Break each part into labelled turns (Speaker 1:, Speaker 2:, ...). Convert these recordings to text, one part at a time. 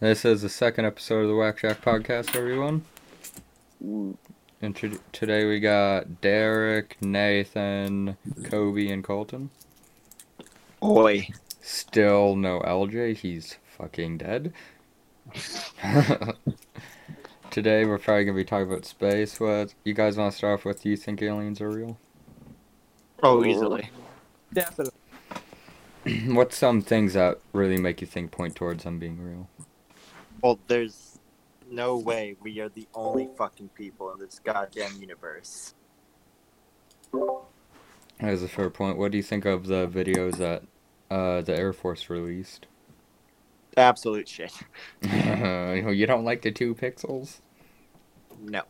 Speaker 1: This is the second episode of the Whack Jack Podcast, everyone. And to- today we got Derek, Nathan, Kobe, and Colton.
Speaker 2: Oi.
Speaker 1: Still no LJ. He's fucking dead. Today we're probably gonna be talking about space. What you guys want to start off with? Do you think aliens are real?
Speaker 2: Oh, easily.
Speaker 3: Definitely.
Speaker 1: What's some things that really make you think point towards them being real?
Speaker 2: Well, there's no way we are the only fucking people in this goddamn universe.
Speaker 1: That is a fair point. What do you think of the videos that uh, the Air Force released?
Speaker 2: Absolute shit.
Speaker 1: you don't like the two pixels?
Speaker 2: No.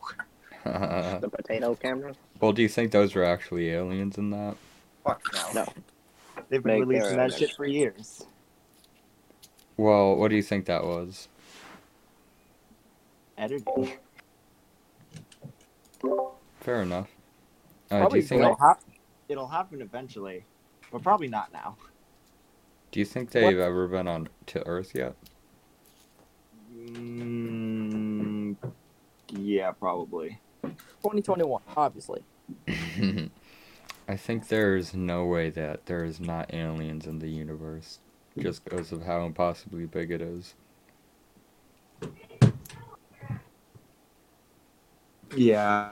Speaker 1: well,
Speaker 4: The potato camera.
Speaker 1: do you think those were actually aliens in that?
Speaker 2: Fuck no. They've
Speaker 4: Make
Speaker 2: been releasing
Speaker 4: their
Speaker 2: that
Speaker 4: own.
Speaker 2: shit for years.
Speaker 1: Well, what do you think that was?
Speaker 2: Editing.
Speaker 1: Fair enough. Uh, do
Speaker 3: Probably
Speaker 1: you think?
Speaker 2: It'll, hap- it'll happen eventually, but probably not now.
Speaker 1: Do you think they've ever been on to Earth yet?
Speaker 2: Mm, yeah, probably.
Speaker 3: 2021, obviously.
Speaker 1: I think there is no way that there is not aliens in the universe, just because of how impossibly big it is.
Speaker 2: Yeah.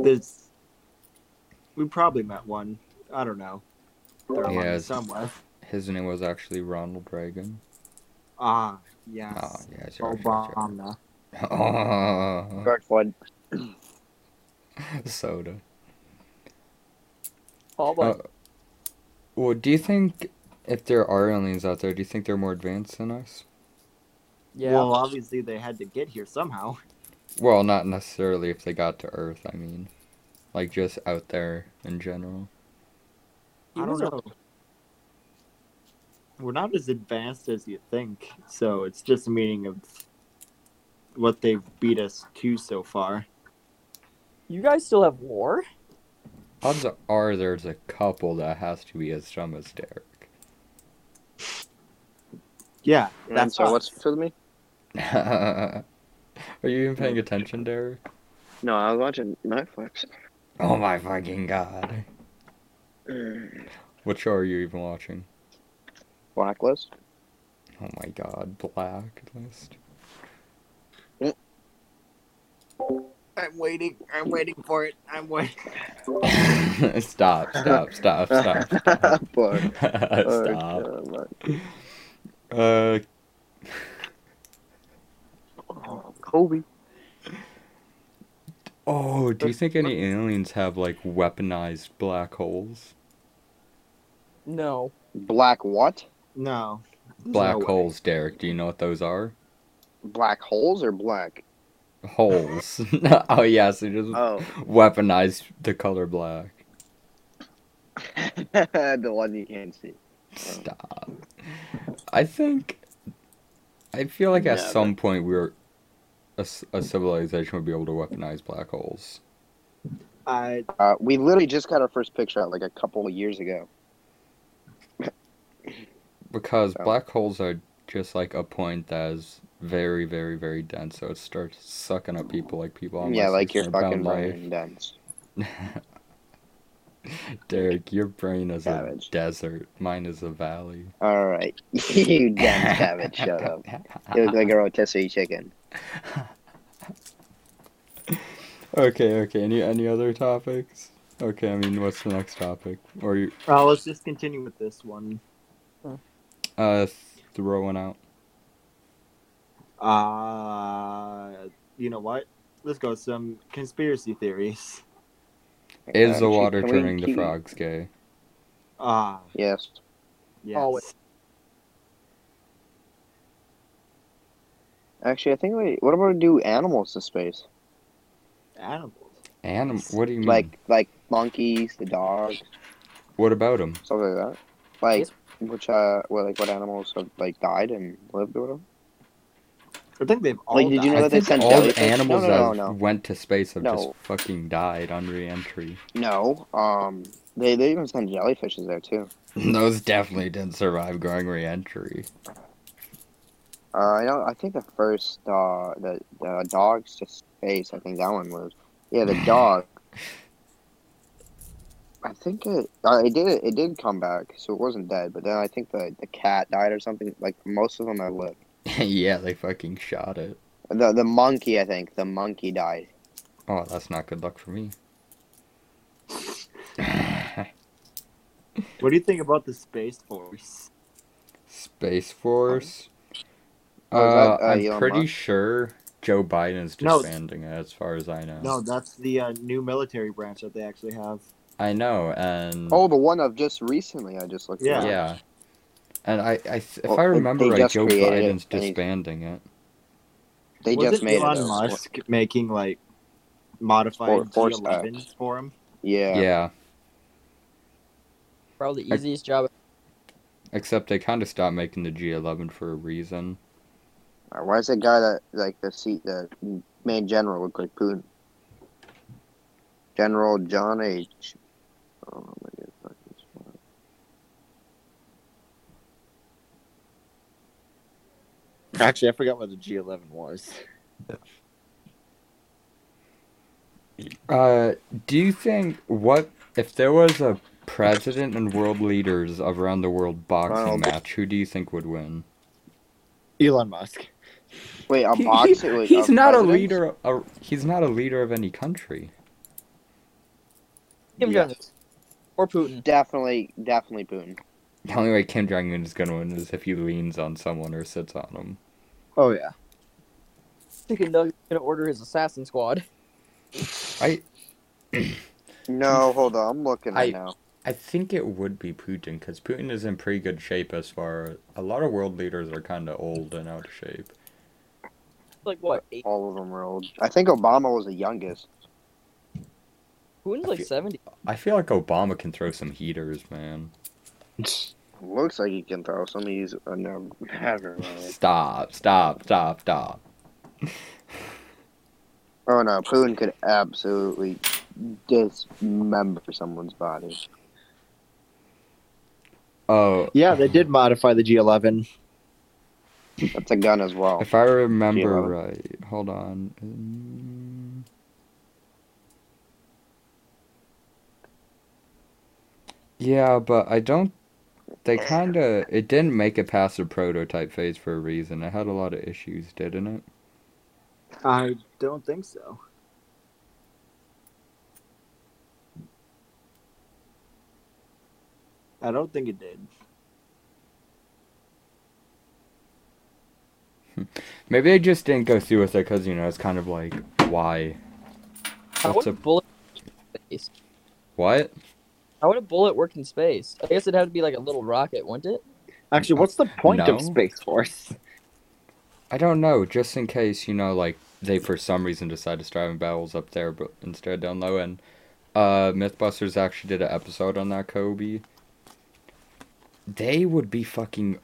Speaker 2: There's. We probably met one. I don't know. They're among
Speaker 1: Yeah,
Speaker 2: us
Speaker 1: it's-
Speaker 2: somewhere.
Speaker 1: His name was actually Ronald Reagan.
Speaker 2: Ah,
Speaker 1: Oh,
Speaker 2: yes.
Speaker 1: yeah, sure, sure, sure.
Speaker 2: Obama.
Speaker 1: Oh,
Speaker 4: George Floyd.
Speaker 1: soda.
Speaker 3: All but
Speaker 1: Uh, well, do you think if there are aliens out there, do you think they're more advanced than us?
Speaker 3: yeah.
Speaker 2: Well, obviously they had to get here somehow.
Speaker 1: Well, not necessarily if they got to Earth, I mean. Like just out there in general.
Speaker 2: I don't
Speaker 3: Humans are-
Speaker 2: know. We're not as advanced as you think, so it's just a meaning of what they've beat us to so far.
Speaker 3: You guys still have war?
Speaker 1: Odds are there's a couple that has to be as dumb as Derek.
Speaker 2: Yeah,
Speaker 4: I'm
Speaker 2: that's
Speaker 4: sorry,
Speaker 2: us.
Speaker 4: what's with me?
Speaker 1: are you even paying attention, Derek?
Speaker 4: No, I was watching Netflix.
Speaker 1: Oh my fucking god. What show are you even watching?
Speaker 4: Blacklist.
Speaker 1: Oh my god, Blacklist.
Speaker 2: I'm waiting. I'm waiting for it. I'm waiting.
Speaker 1: stop, stop, stop, stop. Oh, Stop.
Speaker 4: Fuck. Fuck,
Speaker 1: stop.
Speaker 4: uh, fuck.
Speaker 1: Uh,
Speaker 4: Oh, Kobe.
Speaker 1: oh, do you think any aliens have like weaponized black holes?
Speaker 3: No.
Speaker 4: Black what?
Speaker 2: No. There's
Speaker 1: Black
Speaker 2: no way.
Speaker 1: holes, Derek. Do you know what those are?
Speaker 4: Black holes or black?
Speaker 1: Holes. oh yeah, so just
Speaker 4: Oh.
Speaker 1: weaponized the color black.
Speaker 4: the one you can't see.
Speaker 1: Stop. I think. I feel like at
Speaker 4: Yeah,
Speaker 1: some point we were, a, c- a civilization would be able to weaponize black holes.
Speaker 2: I
Speaker 4: Uh, we literally just got our first picture out like a couple of years ago.
Speaker 1: Because
Speaker 4: Oh.
Speaker 1: black holes are just like a point that is very, very, very dense, so it starts sucking up people like people. on
Speaker 4: yeah,
Speaker 1: my
Speaker 4: like you're
Speaker 1: 600 pound
Speaker 4: fucking
Speaker 1: life.
Speaker 4: fucking dense.
Speaker 1: Derek, your brain is
Speaker 4: Savage.
Speaker 1: a desert. Mine is a valley.
Speaker 4: All right, you damn savage, shut up. You look like a rotisserie chicken.
Speaker 1: okay, okay. Any any other topics? Okay, I mean, what's the next topic? Or you
Speaker 2: well, uh, let's just continue with this one.
Speaker 1: uh throw one out?
Speaker 2: Uh, you know what? Let's go with some conspiracy theories.
Speaker 1: Is
Speaker 4: Uh,
Speaker 1: the
Speaker 4: she-
Speaker 1: water
Speaker 4: can we
Speaker 1: turning the
Speaker 4: keep-
Speaker 1: frogs gay?
Speaker 2: Ah,
Speaker 4: Yes.
Speaker 2: yes.
Speaker 3: Oh, wait.
Speaker 4: Actually, I think we. What about we do animals to space?
Speaker 2: Animals.
Speaker 1: Anim- What do you mean?
Speaker 4: Like like monkeys, the dogs,
Speaker 1: what about them?
Speaker 4: stuff like that. Like
Speaker 3: Yes.
Speaker 4: which uh, well, like what animals have like died and lived or whatever.
Speaker 2: I think they've all.
Speaker 4: Like, did you know
Speaker 2: died.
Speaker 1: I
Speaker 4: that they
Speaker 1: think
Speaker 4: sent
Speaker 1: all the
Speaker 4: jellyfish? No,
Speaker 1: animals
Speaker 4: no, no,
Speaker 1: that
Speaker 4: no.
Speaker 1: went to space have just
Speaker 4: No.
Speaker 1: fucking died on re-entry.
Speaker 4: No. Um. They they even sent jellyfishes there too.
Speaker 1: Those definitely didn't survive going re-entry.
Speaker 4: Uh, I know. I think the first uh, the the dogs to space. I think that one was. Yeah, the dog. I think it. Uh, it did. It did come back, so it wasn't dead. But then I think the the cat died or something. Like most of them have lived.
Speaker 1: yeah, they fucking shot it.
Speaker 4: The the monkey. I think the monkey died.
Speaker 1: Oh, that's not good luck for me.
Speaker 5: What do you think about the Space Force?
Speaker 1: Space Force.
Speaker 4: Oh, is that,
Speaker 1: Uh,
Speaker 4: uh,
Speaker 1: I'm
Speaker 4: Elon
Speaker 1: pretty
Speaker 4: Musk?
Speaker 1: sure Joe Biden's
Speaker 5: No.
Speaker 1: disbanding it, as far as I know.
Speaker 5: No, that's the uh, new military branch that they actually have.
Speaker 1: I know, and
Speaker 4: Oh, the one of just recently. I just looked. it
Speaker 5: Yeah.
Speaker 1: Hmm. yeah.
Speaker 4: up.
Speaker 1: And I, I th- if
Speaker 4: Well,
Speaker 1: I
Speaker 4: they-
Speaker 1: remember
Speaker 4: they
Speaker 1: right,
Speaker 4: just
Speaker 1: Joe
Speaker 4: created it,
Speaker 1: Biden's
Speaker 4: and he's-
Speaker 1: disbanding it.
Speaker 4: They
Speaker 5: was
Speaker 4: just
Speaker 5: it
Speaker 4: made
Speaker 5: Elon
Speaker 4: it.
Speaker 5: Musk making like modified
Speaker 4: For- Force
Speaker 5: G11s for him?
Speaker 1: Yeah.
Speaker 4: Yeah.
Speaker 3: Bro, the
Speaker 1: I-
Speaker 3: easiest job.
Speaker 1: Except they kind of stopped making the G11 for a reason.
Speaker 4: Uh, Why is that guy that like the seat the main general look like Putin? General John H. Oh my god. fuck this one.
Speaker 5: Actually, I forgot what the G11 was.
Speaker 1: Uh, do you think what if there was a president and world leaders of around the world boxing
Speaker 4: Ronald.
Speaker 1: match? Who do you think would win?
Speaker 5: Elon Musk.
Speaker 4: Wait, a boxer. wait,
Speaker 1: he's not a
Speaker 4: president?
Speaker 1: leader. Of, he's not a leader of any country.
Speaker 3: Kim Jong or Putin.
Speaker 4: Definitely, definitely Putin.
Speaker 1: The only way Kim Jong Un is gonna win is if he leans on someone or sits on him.
Speaker 5: Oh yeah.
Speaker 3: Chicken Nugget's gonna order his assassin squad.
Speaker 1: I
Speaker 4: No, hold on. I'm looking right
Speaker 1: I-
Speaker 4: now.
Speaker 1: I think it would be Putin because Putin is in pretty good shape as far. A lot of world leaders are kind of old and out of shape.
Speaker 3: Like what? Eight?
Speaker 4: All of them are old. I think Obama was the youngest.
Speaker 3: Putin's like
Speaker 1: feel-
Speaker 3: seventy.
Speaker 1: I feel like Obama can throw some heaters, man.
Speaker 4: Looks like he can throw some of these. Uh, no, never mind.
Speaker 1: Stop! Stop! Stop! Stop!
Speaker 4: Oh no, Putin could absolutely dismember someone's body.
Speaker 1: Oh,
Speaker 5: Yeah, they did modify the G11.
Speaker 4: That's a gun as well.
Speaker 1: if I remember
Speaker 4: G11.
Speaker 1: right, hold on. Mm. Yeah, but I don't. They kind of. It didn't make it past the prototype phase for a reason. It had a lot of issues, didn't it?
Speaker 5: I don't think so. I don't think it did.
Speaker 1: Maybe they just didn't go through with it because you know it's kind of like why?
Speaker 3: How
Speaker 1: What's
Speaker 3: would a
Speaker 1: a-
Speaker 3: bullet? work in Space?
Speaker 1: What?
Speaker 3: How would a bullet work in space? I guess it'd have to be like a little rocket, wouldn't it?
Speaker 5: Actually, what's the point
Speaker 1: No.
Speaker 5: of Space Force?
Speaker 1: I don't know. Just in case you know, like they for some reason decided to start having battles up there, but instead down low. And uh, MythBusters actually did an episode on that Kobe. They would be fucking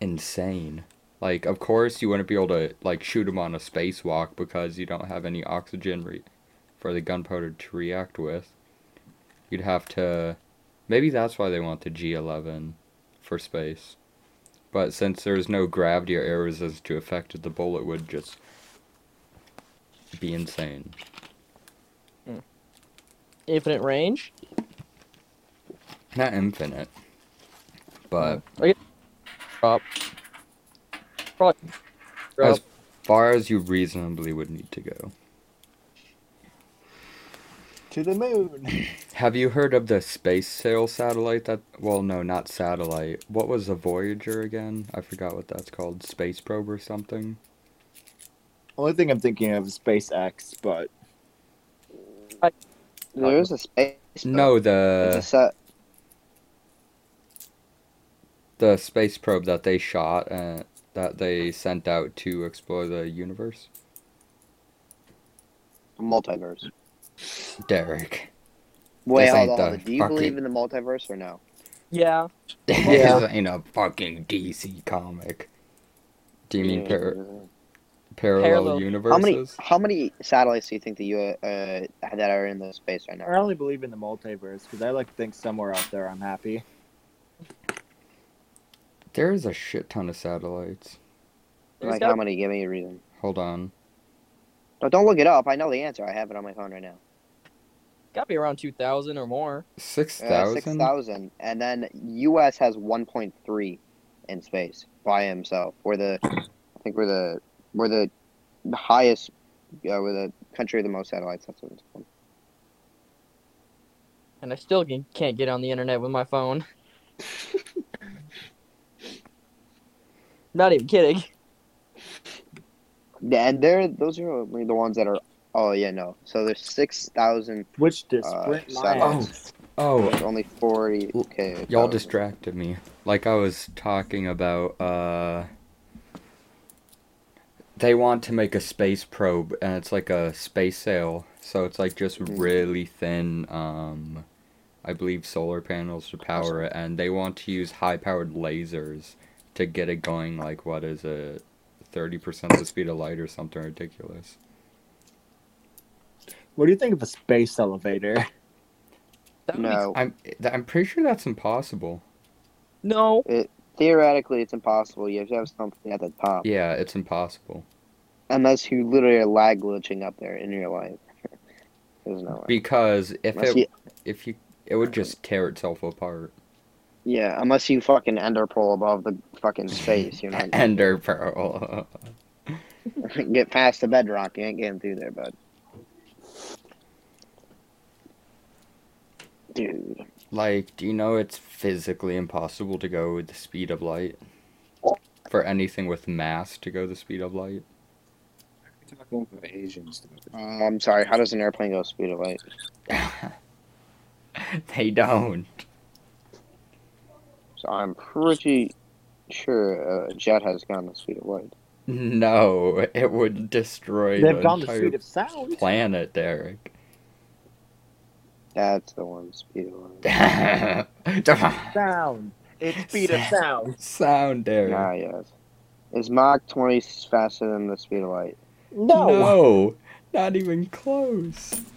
Speaker 1: insane. Like, of course, you wouldn't be able to like shoot them on a spacewalk because you don't have any oxygen re- for the gunpowder to react with. You'd have to. Maybe that's why they want the G11 for space. But since there's no gravity or air resistance to affect it, the bullet would just be insane.
Speaker 3: Infinite range.
Speaker 1: Not infinite, but
Speaker 3: Bro,
Speaker 1: As- far as you reasonably would need to go.
Speaker 5: To the moon.
Speaker 1: Have you heard of the space sail satellite that well no not satellite. What was the Voyager again? I forgot what that's called. Space probe or something.
Speaker 5: Only thing I'm thinking of is SpaceX, but
Speaker 4: There is a space.
Speaker 1: No, uh,
Speaker 4: It's a
Speaker 1: the
Speaker 4: set.
Speaker 1: the space probe that they shot uh, that they sent out to explore the universe.
Speaker 4: multiverse.
Speaker 1: Derek.
Speaker 4: Wait,
Speaker 1: This
Speaker 4: hold
Speaker 1: ain't
Speaker 4: on. hold on.
Speaker 1: the
Speaker 4: Do you
Speaker 1: fucking-
Speaker 4: believe in the multiverse or no?
Speaker 3: yeah.
Speaker 1: this ain't a fucking DC comic. Do you mean
Speaker 4: Yeah.
Speaker 1: par- parallel,
Speaker 3: Parallel.
Speaker 4: Mm. how many
Speaker 1: universes?
Speaker 4: how many satellites do you think that you uh, uh, that are in the space right
Speaker 5: I
Speaker 4: now?
Speaker 5: only believe in the multiverse because I like to think somewhere out there I'm happy.
Speaker 1: There's a shit ton of satellites.
Speaker 3: There's
Speaker 4: like,
Speaker 3: gotta-
Speaker 4: how many? Give me a reason.
Speaker 1: Hold on.
Speaker 4: No, don't look it up. I know the answer. I have it on my phone right now.
Speaker 3: gotta be around two thousand or more.
Speaker 1: Six
Speaker 4: Uh, Six
Speaker 1: thousand.
Speaker 4: thousand, and then U.S. has one point three in space by himself. We're the, I think we're the we're the highest. Uh, we're the country with the most satellites. That's what it's called.
Speaker 3: And I still can- can't get on the internet with my phone. Not even kidding.
Speaker 4: Yeah, and they're those are only the ones that are. Oh yeah, no. So there's six thousand.
Speaker 5: Which to
Speaker 4: Uh,
Speaker 5: sprint my
Speaker 4: satellites.
Speaker 5: ass.
Speaker 1: Oh,
Speaker 4: There's only forty. Okay.
Speaker 1: Y'all
Speaker 4: so-
Speaker 1: distracted me. Like I was talking about, uh. They want to make a space probe, and it's like a space sail. So it's like just
Speaker 4: Mhm.
Speaker 1: really thin, um. I believe solar panels to power it, and they want to use high powered lasers to get it going, like, what is it? 30% the speed of light or something ridiculous.
Speaker 5: What do you think of a space elevator?
Speaker 3: That would be-
Speaker 4: No.
Speaker 1: I'm, th- I'm pretty sure that's impossible.
Speaker 3: no.
Speaker 4: Theoretically, it's impossible. You have to have something at the top,
Speaker 1: Yeah, it's impossible.
Speaker 4: unless you literally are lag glitching up there in real life. There's no way.
Speaker 1: Because if
Speaker 4: Unless
Speaker 1: it,
Speaker 4: you
Speaker 1: if you, it would just tear itself apart.
Speaker 4: Yeah, unless you fucking ender pearl above the fucking space, you're not gonna
Speaker 1: Ender Pearl.
Speaker 4: get past the bedrock. You ain't getting through there, bud. Dude,
Speaker 1: like, do you know it's physically impossible to go with the speed of light? For anything with mass to go the speed of light?
Speaker 2: We're talking about Asians. though.
Speaker 4: um, I'm sorry. How does an airplane go speed of light?
Speaker 1: they don't.
Speaker 4: So I'm pretty sure a jet has gone the speed of light.
Speaker 1: No, it would destroy
Speaker 5: They've
Speaker 1: the
Speaker 5: gone the
Speaker 1: entire
Speaker 5: speed of sound.
Speaker 1: planet, Derek.
Speaker 4: That's the one speed of light.
Speaker 5: Sound. It's speed of sound.
Speaker 1: Sound, Derek.
Speaker 4: Nah, yes. Is Mach 20 faster than the speed of light?
Speaker 5: No.
Speaker 1: no, not even close.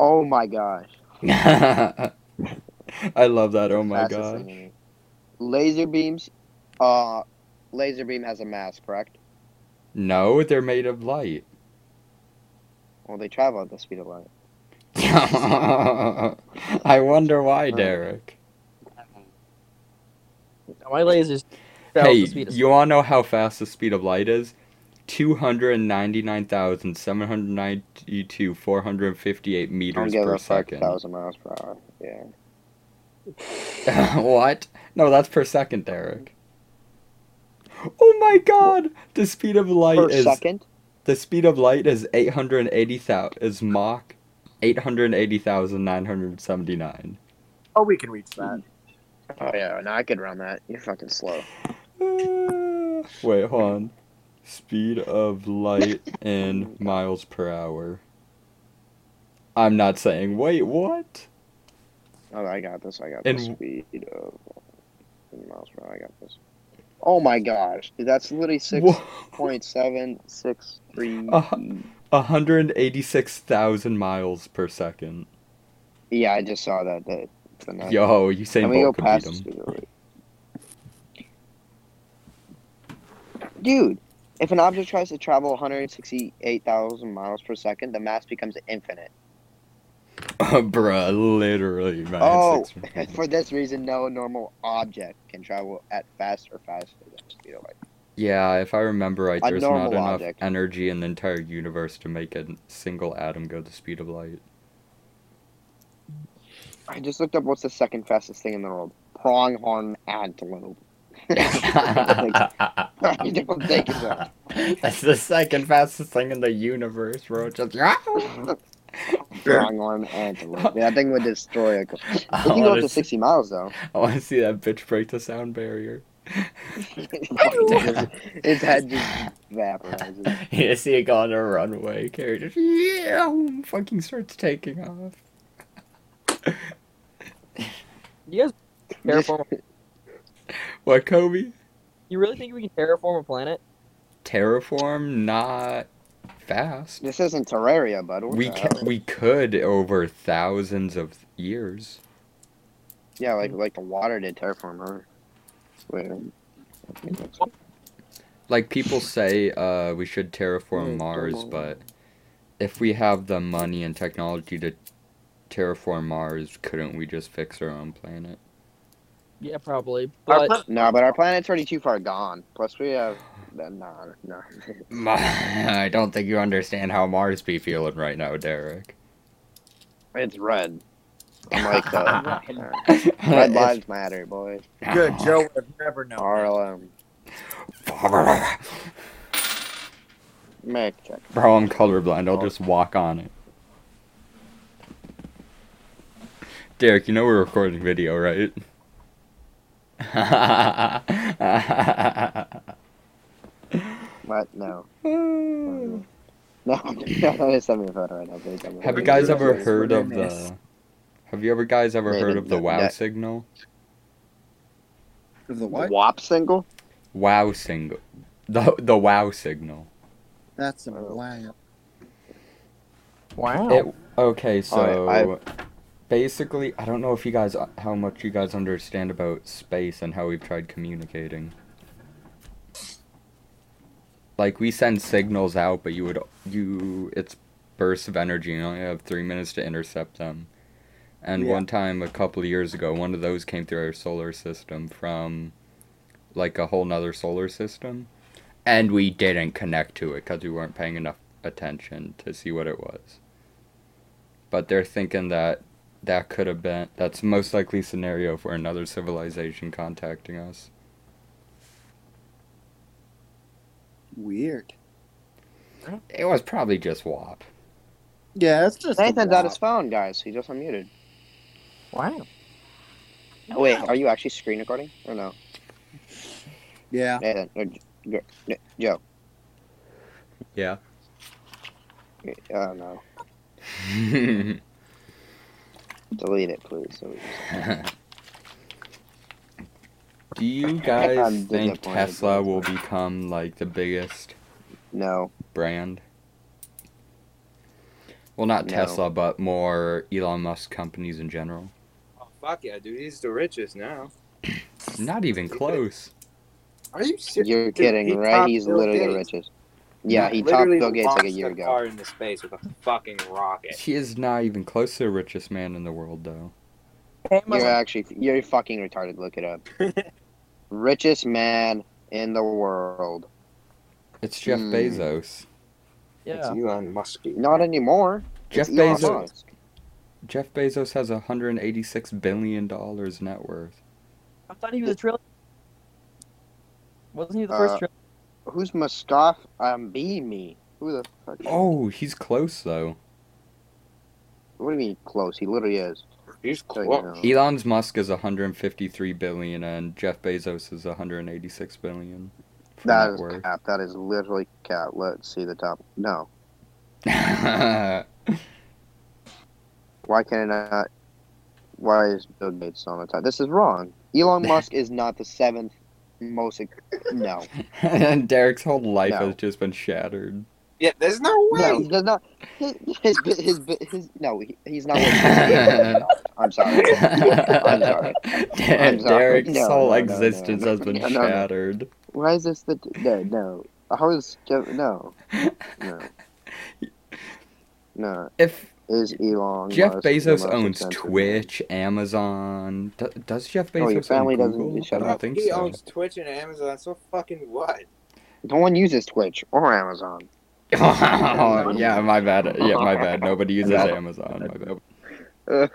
Speaker 4: Oh my gosh.
Speaker 1: I love that. Oh my
Speaker 4: Fastest
Speaker 1: god.
Speaker 4: thing. Laser beams. Uh, laser beam has a mass, correct?
Speaker 1: No, they're made of light.
Speaker 4: Well, they travel at the speed of light.
Speaker 1: I wonder why,
Speaker 4: Oh.
Speaker 1: Derek.
Speaker 3: My lasers. travel
Speaker 1: Hey,
Speaker 3: the speed of-
Speaker 1: you wanna know how fast the speed of light is? 299,792, 458
Speaker 4: I don't
Speaker 1: meters
Speaker 4: give
Speaker 1: per
Speaker 4: a fuck.
Speaker 1: second.
Speaker 4: Thousand miles per hour. Yeah.
Speaker 1: what? No, that's per second, Derek. Oh my god! The speed of light
Speaker 4: per
Speaker 1: is
Speaker 4: second.
Speaker 1: the speed of light is 880,000 is Mach 880,979.
Speaker 5: Oh, we can reach that.
Speaker 4: Oh yeah. No, I could run that. You're fucking slow.
Speaker 1: Uh, Wait, hold on. Speed of light in miles per hour. I'm not saying. Wait, what?
Speaker 4: Oh, I got this. I got
Speaker 1: And-
Speaker 4: this speed of miles per hour. I got this. Oh my gosh, dude, that's literally six
Speaker 1: Wha- Uh,
Speaker 4: point seven six three.
Speaker 1: A hu- 186,000 miles per second.
Speaker 4: Yeah, I just saw that. That. it's a nut.
Speaker 1: Yo, Usain
Speaker 4: Can we go
Speaker 1: Bolt could beat
Speaker 4: past the
Speaker 1: him.
Speaker 4: speed of light? Dude, if an object tries to travel 168,000 miles per second, the mass becomes infinite.
Speaker 1: Bruh, literally, man.
Speaker 4: Oh,
Speaker 1: six-
Speaker 4: For this reason, no normal object can travel at fast or faster than the speed of light.
Speaker 1: yeah, if I remember right,
Speaker 4: A
Speaker 1: there's not
Speaker 4: normal
Speaker 1: enough
Speaker 4: object.
Speaker 1: energy in the entire universe to make a single atom go the speed of light.
Speaker 4: I just looked up what's the second fastest thing in the world. Pronghorn antelope. I don't think so.
Speaker 1: That's the second fastest thing in the universe, bro. Just
Speaker 4: Pronghorn antelope. Yeah, that thing would destroy a. It
Speaker 1: I
Speaker 4: can go up
Speaker 1: wanna
Speaker 4: to
Speaker 1: see,
Speaker 4: 60 miles, though.
Speaker 1: I wanna see that bitch break the sound barrier.
Speaker 4: His head just vaporizes.
Speaker 1: you see it go on a runway, carry just yeah, fucking starts taking off.
Speaker 3: You guys terraform.
Speaker 1: What, Kobe?
Speaker 3: you really think we can terraform a planet?
Speaker 1: Terraform not fast.
Speaker 4: This isn't Terraria, bud. What
Speaker 1: We
Speaker 4: the
Speaker 1: ca
Speaker 4: hell?
Speaker 1: we could over thousands of years.
Speaker 4: Yeah, like like the water did terraform Earth. Wait,
Speaker 1: like people say uh, we should terraform
Speaker 2: Mm,
Speaker 1: Mars,
Speaker 2: don't
Speaker 1: but if we have the money and technology to terraform Mars, couldn't we just fix our own planet?
Speaker 3: Yeah, probably.
Speaker 5: Our
Speaker 3: But
Speaker 5: pla-
Speaker 4: No, but our planet's already too far gone. Plus, we have. No, no.
Speaker 1: I don't think you understand how Mars be feeling right now, Derek.
Speaker 4: It's red. I'm like, uh, red
Speaker 1: It's-
Speaker 4: lives matter, boys.
Speaker 6: Good, Joe would have never known.
Speaker 4: RLM. Mic check.
Speaker 1: Bro, I'm colorblind. I'll just walk on it. Derek, you know we're recording video, right?
Speaker 4: What? No. Hmm.
Speaker 1: Have
Speaker 4: No, no, just send me a photo right now, please. send me a
Speaker 1: you
Speaker 4: photo.
Speaker 1: guys ever
Speaker 2: Yes,
Speaker 1: heard
Speaker 2: we're
Speaker 1: of
Speaker 2: doing this.
Speaker 1: the? Have you ever guys ever
Speaker 4: Maybe
Speaker 1: heard of the
Speaker 4: not
Speaker 1: Wow
Speaker 4: that-
Speaker 1: signal?
Speaker 2: Of the
Speaker 4: The
Speaker 2: what?
Speaker 4: WAP single?
Speaker 1: Wow single, the the Wow signal.
Speaker 2: That's a wow.
Speaker 3: wow.
Speaker 1: It, okay, so
Speaker 4: Oh, I-
Speaker 1: basically, I don't know if you guys how much you guys understand about space and how we've tried communicating. Like we send signals out, but you would you it's bursts of energy and you only have three minutes to intercept them. And
Speaker 2: Yeah.
Speaker 1: one time, a couple of years ago, one of those came through our solar system from like a whole nother solar system, and we didn't connect to it because we weren't paying enough attention to see what it was but they're thinking that that could have been that's the most likely scenario for another civilization contacting us.
Speaker 2: Weird.
Speaker 1: It was probably just WAP.
Speaker 2: Yeah, it's just. a
Speaker 4: Nathan's on his
Speaker 2: wop.
Speaker 4: phone, guys. He just unmuted.
Speaker 3: wow.
Speaker 4: Oh, wait, are you actually screen recording or no?
Speaker 2: Yeah.
Speaker 4: Nathan, or, J- J- J- Joe.
Speaker 1: Yeah.
Speaker 4: Oh no, delete it, please. Delete it.
Speaker 1: Do you
Speaker 4: I'm
Speaker 1: guys think
Speaker 4: disappointed.
Speaker 1: Tesla will become like the biggest
Speaker 4: No,
Speaker 1: brand? Well, not
Speaker 4: No.
Speaker 1: Tesla, but more Elon Musk companies in general.
Speaker 6: Oh, fuck yeah, dude. He's the richest now.
Speaker 1: Not even close.
Speaker 6: Are you serious?
Speaker 4: you're
Speaker 6: Dude,
Speaker 4: kidding,
Speaker 6: he
Speaker 4: right?
Speaker 6: topped
Speaker 4: He's
Speaker 6: Bill
Speaker 4: literally the
Speaker 6: Gates.
Speaker 4: richest. Yeah, he topped
Speaker 6: literally
Speaker 4: Bill Gates like a
Speaker 6: launched
Speaker 4: year
Speaker 6: the
Speaker 4: ago.
Speaker 6: Car into space with a fucking rocket.
Speaker 1: He is not even close to the richest man in the world, though.
Speaker 4: You're actually you're fucking retarded. Look it up. richest man in the world.
Speaker 1: It's Jeff
Speaker 4: Hmm.
Speaker 1: Bezos.
Speaker 3: Yeah.
Speaker 6: It's Elon Musk.
Speaker 4: Not anymore.
Speaker 1: Jeff
Speaker 4: It's Elon
Speaker 1: Bezos.
Speaker 4: Musk.
Speaker 1: Jeff Bezos has 186 billion dollars net worth.
Speaker 3: I thought he was a trillion. Wasn't he the first
Speaker 4: Uh,
Speaker 3: trillion?
Speaker 4: Who's Mustafa um, be me? Who the fuck?
Speaker 1: Oh, he's close though.
Speaker 4: What do you mean close? He literally is.
Speaker 6: He's
Speaker 4: So,
Speaker 6: close.
Speaker 4: you know.
Speaker 1: Elon's Musk is 153 billion and Jeff Bezos is 186 billion. for
Speaker 4: That
Speaker 1: net
Speaker 4: is
Speaker 1: worth.
Speaker 4: cap. That is literally cap. Let's see the top. No. Why can't I not? Why is Bill Gates on the top? This is wrong. Elon Musk is not the seventh most. No,
Speaker 1: and Derek's whole life
Speaker 4: No.
Speaker 1: has just been shattered.
Speaker 6: Yeah, there's no way.
Speaker 4: no, he does not. His his his, his, no, he, he's not. worth- I'm sorry. I'm sorry. I'm sorry.
Speaker 1: Derek's
Speaker 4: No,
Speaker 1: whole
Speaker 4: no, no,
Speaker 1: existence
Speaker 4: no,
Speaker 1: has been
Speaker 4: no, no, no.
Speaker 1: shattered.
Speaker 4: Why is this the no no? How is Jeff- no no no?
Speaker 1: If
Speaker 4: Is Elon
Speaker 1: Jeff
Speaker 4: Musk the most
Speaker 1: Bezos owns
Speaker 4: expensive man?
Speaker 1: Twitch, Amazon, do, does Jeff Bezos
Speaker 4: No, Oh, your family
Speaker 1: own
Speaker 4: doesn't-
Speaker 1: Google?
Speaker 4: shut
Speaker 1: I
Speaker 6: Bro,
Speaker 1: don't think
Speaker 6: he
Speaker 1: so.
Speaker 6: owns Twitch and Amazon, so fucking what?
Speaker 4: No one uses Twitch or Amazon.
Speaker 1: Oh, yeah, my bad. Yeah, my bad. Nobody uses
Speaker 4: Yeah.
Speaker 1: Amazon. My bad.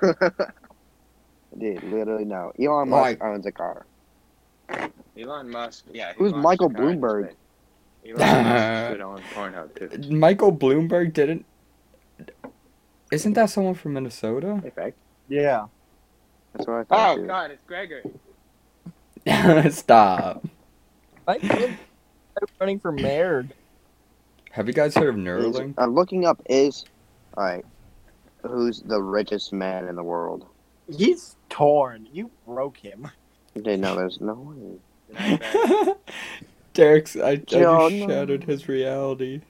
Speaker 4: Dude, literally no. Elon Musk owns a car.
Speaker 6: Elon Musk, yeah. he
Speaker 4: Who's
Speaker 6: launched
Speaker 4: Michael
Speaker 6: the car into
Speaker 4: Bloomberg?
Speaker 6: space. Elon Musk should own Pornhub too.
Speaker 1: Michael Bloomberg didn't. Isn't that someone from Minnesota?
Speaker 5: Yeah.
Speaker 4: That's what I thought.
Speaker 6: Oh
Speaker 4: dude.
Speaker 6: God, it's Gregory.
Speaker 1: Stop.
Speaker 3: Mike Bloomberg running for mayor.
Speaker 1: Have you guys heard of
Speaker 4: Is-
Speaker 1: Neuralink?
Speaker 4: I'm uh, looking up is alright. Who's the richest man in the world?
Speaker 5: He's torn. You broke him.
Speaker 4: They know there's no way.
Speaker 1: Derek's. I, I
Speaker 4: John.
Speaker 1: just shattered his reality.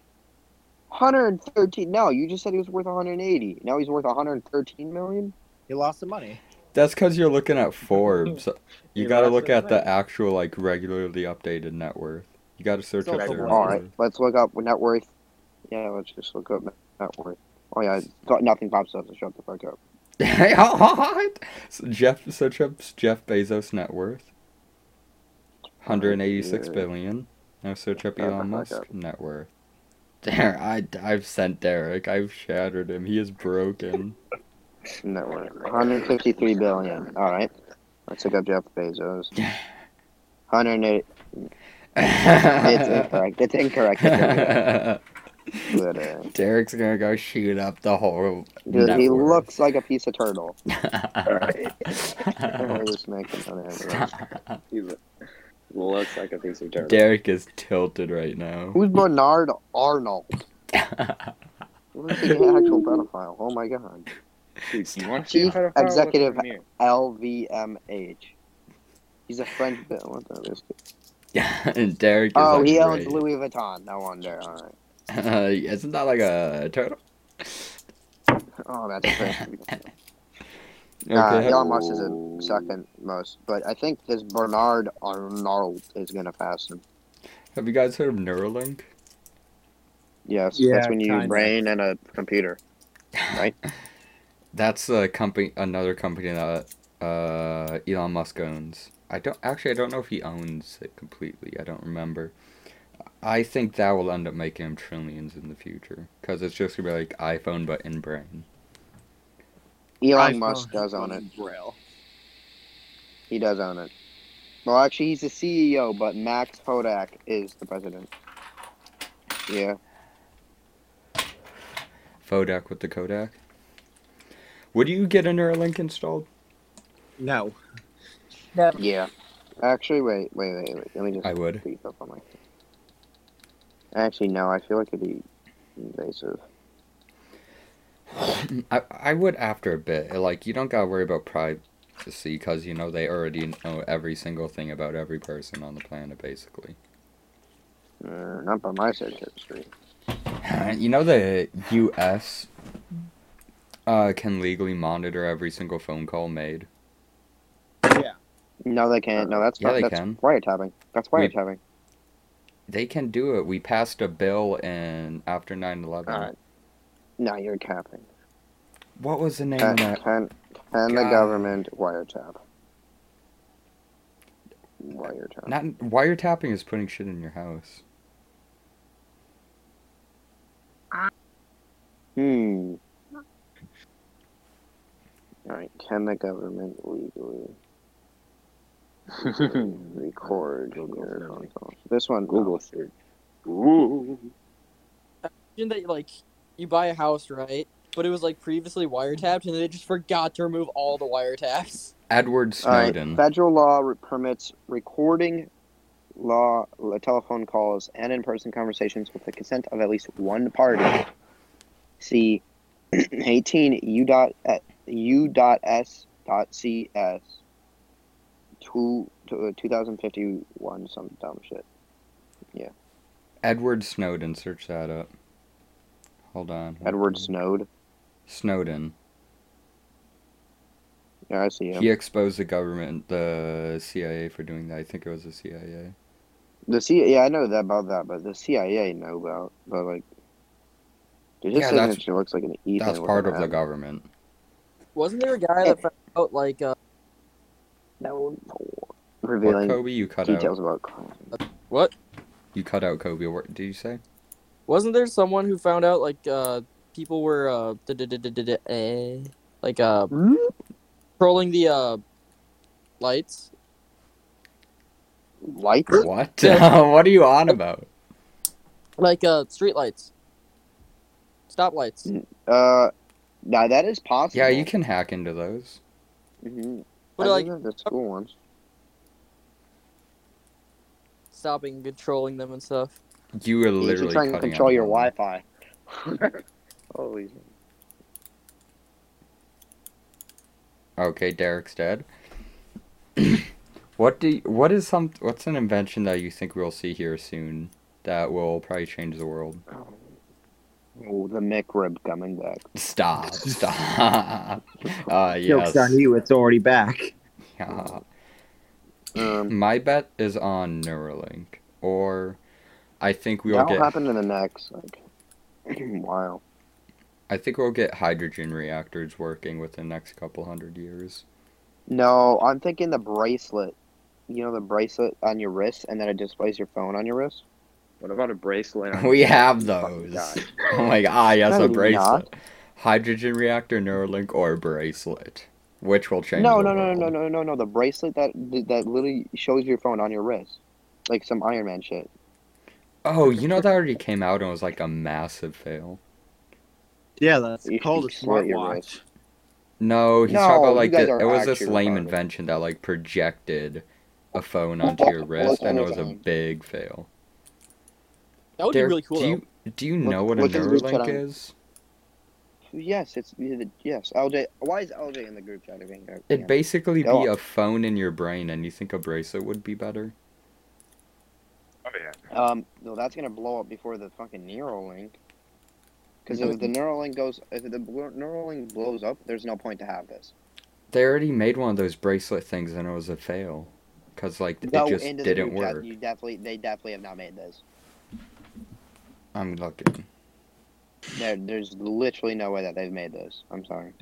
Speaker 4: 113. No, you just said he was worth 180. Now he's worth 113 million.
Speaker 5: He lost the money.
Speaker 1: That's because you're looking at Forbes. You
Speaker 6: Yeah,
Speaker 1: gotta
Speaker 6: that's
Speaker 1: look
Speaker 6: the
Speaker 1: at the
Speaker 6: thing.
Speaker 1: actual, like, regularly updated net worth. You got to search
Speaker 2: It's
Speaker 1: up
Speaker 2: also
Speaker 1: their.
Speaker 2: one.
Speaker 4: All right, let's look up net worth. Yeah, let's just look up net worth. Oh yeah, it's got- nothing pops up. So shut the fuck up.
Speaker 1: What? So Jeff search up Jeff Bezos net worth. 186
Speaker 4: Yeah.
Speaker 1: billion. Now search up
Speaker 4: Shut the
Speaker 1: Elon
Speaker 4: fuck
Speaker 1: Musk
Speaker 4: up.
Speaker 1: net worth. There, I I've sent Derek. I've shattered him. He is broken.
Speaker 4: Net worth, 153 billion. All right, let's look up Jeff Bezos. 108. It's incorrect. It's incorrect. It's incorrect. But, uh,
Speaker 1: Derek's gonna go shoot up the whole.
Speaker 4: dude,
Speaker 1: net
Speaker 4: he
Speaker 1: worth.
Speaker 4: looks like a piece of turtle. Or this man can- I don't know.
Speaker 6: He lo- looks like a piece of dirt.
Speaker 1: Derek is tilted right now.
Speaker 4: Who's Bernard Arnold? Who's the actual pedophile? Oh my god.
Speaker 6: Dude, you want
Speaker 4: Chief
Speaker 6: to know how to file? Look
Speaker 4: executive-
Speaker 6: in the mirror.
Speaker 4: LVMH. He's a French. What the hell is
Speaker 1: Yeah, and Derek is.
Speaker 4: Oh,
Speaker 1: like,
Speaker 4: he owns
Speaker 1: great.
Speaker 4: Louis Vuitton. No wonder. All right.
Speaker 1: Uh, isn't that like a turtle?
Speaker 4: Oh, that's crazy. uh,
Speaker 1: Okay.
Speaker 4: Elon Musk is a second most, but I think this Bernard Arnold is gonna pass him.
Speaker 1: Have you guys heard of Neuralink?
Speaker 4: Yes,
Speaker 2: Yeah,
Speaker 4: that's when you use
Speaker 2: kinda.
Speaker 4: brain and a computer.
Speaker 1: That's a company, another company that uh, Elon Musk owns. I don't actually. I don't know if he owns it completely. I don't remember. I think that will end up making him trillions in the future because it's just gonna be like iPhone but in brain.
Speaker 4: Elon
Speaker 2: iPhone
Speaker 4: Musk
Speaker 2: has
Speaker 4: does own it.
Speaker 2: gone Braille.
Speaker 4: He does own it. Well, actually, he's the CEO, but Max Hodak is the president. Yeah.
Speaker 1: Kodak with the Kodak. Would you get a Neuralink installed?
Speaker 2: No.
Speaker 4: Yeah. Actually, wait, wait, wait, wait. Let me just
Speaker 1: I would.
Speaker 4: speak up on my. Actually, no. I feel like it'd be invasive.
Speaker 1: I, I would after a bit. Like you don't gotta worry about privacy because you know they already know every single thing about every person on the planet basically.
Speaker 4: Uh, not by my search history.
Speaker 1: You know the U.S. Uh, can legally monitor every single phone call made.
Speaker 4: No, they can't. No, that's
Speaker 1: Yeah, they
Speaker 4: that's
Speaker 1: can.
Speaker 4: wiretapping. That's
Speaker 1: We-
Speaker 4: wiretapping.
Speaker 1: They can do it. We passed a bill in after 9/11.
Speaker 4: Alright. No, you're capping.
Speaker 1: What was the name
Speaker 4: Can,
Speaker 1: of that?
Speaker 4: can, can the
Speaker 1: God.
Speaker 4: government wiretap? Wiretap.
Speaker 1: Not wiretapping is putting shit in your house.
Speaker 4: Hmm. Alright, can the government legally record
Speaker 6: Google
Speaker 4: your
Speaker 6: search.
Speaker 4: phone calls? This one,
Speaker 6: Google
Speaker 4: Google.
Speaker 6: search. Ooh.
Speaker 3: Imagine that like you buy a house, right? But it was like previously wiretapped, and they just forgot to remove all the wiretaps.
Speaker 1: Edward
Speaker 4: Alright,
Speaker 1: Snowden.
Speaker 4: Uh, federal law re- permits recording law l- telephone calls and in-person conversations with the consent of at least one party. See 18 U dot uh, U dot S dot C S two, two, uh, 2051 some dumb shit.
Speaker 1: Edward Snowden. Search that up. Hold on.
Speaker 4: Edward Snowd.
Speaker 1: Snowden.
Speaker 4: Yeah, I see him.
Speaker 1: He exposed the government, the CIA, for doing that. I think it was the CIA.
Speaker 4: The C yeah, I know that about that, but the CIA know about but like Dude, his
Speaker 1: Yeah, that's-
Speaker 4: signature looks like an Ethan.
Speaker 1: That's
Speaker 4: with
Speaker 1: part
Speaker 4: an
Speaker 1: of the
Speaker 4: app.
Speaker 1: government.
Speaker 3: Wasn't there a guy that found out like uh,
Speaker 4: known for
Speaker 1: What,
Speaker 4: revealing
Speaker 1: Kobe? You cut out.
Speaker 4: details about crimes.
Speaker 3: what?
Speaker 1: You cut out Kobe. What did you say?
Speaker 3: Wasn't there someone who found out like uh people were uh da- da- da- da- da- da- eh, like uh trolling the uh lights?
Speaker 4: Light?
Speaker 1: What? what are you on about?
Speaker 3: like uh street lights stop lights
Speaker 4: Mm. Uh, now that is possible.
Speaker 1: Yeah, you can hack into those.
Speaker 4: hmm
Speaker 3: but
Speaker 4: I
Speaker 3: like
Speaker 4: did that at school ones.
Speaker 3: stopping controlling them and stuff
Speaker 1: You were
Speaker 4: You should
Speaker 1: literally
Speaker 4: try and
Speaker 1: cutting
Speaker 4: control
Speaker 1: out
Speaker 4: your
Speaker 1: all that.
Speaker 4: Wi-Fi. Holy.
Speaker 1: Okay, Derek's dead. what do? You, what is some? What's an invention that you think we'll see here soon that will probably change the world?
Speaker 4: Oh, the McRib coming back.
Speaker 1: Stop! Stop! Uh, yes.
Speaker 2: Joke's on you. It's already back.
Speaker 1: Yeah.
Speaker 4: Um,
Speaker 1: My bet is on Neuralink or I think we'll
Speaker 4: That'll
Speaker 1: get
Speaker 4: happen in the next like while.
Speaker 1: I think we'll get hydrogen reactors working within the next couple hundred years.
Speaker 4: No, I'm thinking the bracelet. You know the bracelet on your wrist, and then it displays your phone on your wrist.
Speaker 6: What about a bracelet? on-
Speaker 1: We have
Speaker 6: Fucking
Speaker 1: those.
Speaker 6: God.
Speaker 1: Oh my god, ah, yes,
Speaker 4: No,
Speaker 1: a
Speaker 4: you're
Speaker 1: bracelet. Hydrogen reactor, Neuralink, or bracelet. Which will change.
Speaker 4: No,
Speaker 1: the
Speaker 4: no, no,
Speaker 1: world.
Speaker 4: no, no, no, no, no. The bracelet that that literally shows your phone on your wrist, like some Iron Man shit.
Speaker 1: Oh, you know that already came out and was like a massive fail.
Speaker 2: Yeah, that's
Speaker 4: You-
Speaker 2: called a
Speaker 4: you slit your
Speaker 2: smartwatch.
Speaker 4: wrist.
Speaker 1: No, he's
Speaker 4: No,
Speaker 1: talking about
Speaker 4: you
Speaker 1: like
Speaker 4: guys
Speaker 1: the,
Speaker 4: are
Speaker 1: it was this
Speaker 4: actually
Speaker 1: lame
Speaker 4: retarded.
Speaker 1: invention that like projected a phone onto your wrist and it was a
Speaker 4: Amazon.
Speaker 1: big fail.
Speaker 3: That would
Speaker 1: Derek,
Speaker 3: be really cool.
Speaker 1: Do
Speaker 3: though.
Speaker 1: you do you
Speaker 4: Look-
Speaker 1: know what a
Speaker 4: look in the chat.
Speaker 1: Neuralink is?
Speaker 4: Yes, it's yes. LJ, why is LJ in the group chat again? guys?
Speaker 1: It'd basically
Speaker 4: Go
Speaker 1: be
Speaker 4: on.
Speaker 1: a phone in your brain, and you think a bracelet would be better?
Speaker 6: Oh, yeah.
Speaker 4: Um, no, that's gonna blow up before the fucking Neuralink. Because if the Neuralink goes, if the bl- Neuralink blows up, there's no point to have this.
Speaker 1: They already made one of those bracelet things, and it was a fail, cause like it
Speaker 4: Go
Speaker 1: just
Speaker 4: into the
Speaker 1: didn't
Speaker 4: group chat,
Speaker 1: work.
Speaker 4: You definitely, they definitely have not made this.
Speaker 1: I'm looking.
Speaker 4: There, there's literally no way that they've made this. I'm sorry.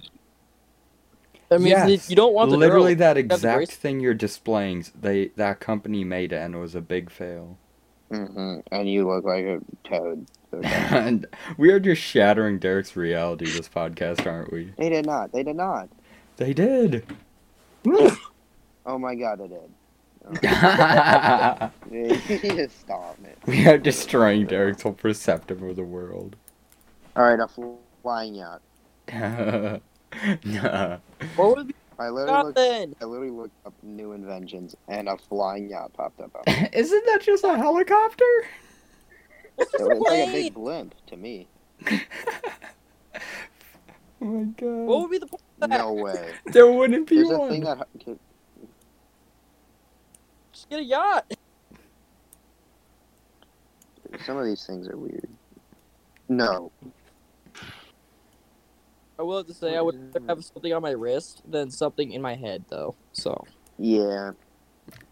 Speaker 3: I mean,
Speaker 1: Yes,
Speaker 3: you don't want the
Speaker 1: Literally,
Speaker 3: neural-
Speaker 1: that
Speaker 3: the
Speaker 1: exact
Speaker 3: bracelet.
Speaker 1: thing you're displaying, they that company made it, and it was a big fail.
Speaker 4: hmm And you look like a toad.
Speaker 1: and we are just shattering Derek's reality this podcast, aren't we?
Speaker 4: they did not. They did not.
Speaker 1: They did.
Speaker 4: Oh my god, they did.
Speaker 1: we
Speaker 4: Just stop it.
Speaker 1: are destroying Derek's whole perceptive of the world.
Speaker 4: All right, a fl- flying yacht.
Speaker 1: Nah.
Speaker 3: What would be
Speaker 4: I literally looked.
Speaker 3: nothing?
Speaker 4: I literally looked up new inventions, and a flying yacht popped up.
Speaker 1: Isn't that just a helicopter?
Speaker 3: It's
Speaker 4: It
Speaker 3: a
Speaker 4: was like a
Speaker 3: plane.
Speaker 4: big blimp to me.
Speaker 1: Oh my god.
Speaker 3: What would be the point of that?
Speaker 4: No way.
Speaker 1: there wouldn't be
Speaker 4: There's a
Speaker 1: one.
Speaker 4: thing that okay,
Speaker 3: Just get a yacht.
Speaker 4: some of these things are weird. No,
Speaker 3: I will have to say I would rather have something on my wrist than something in my head, though. So
Speaker 4: yeah,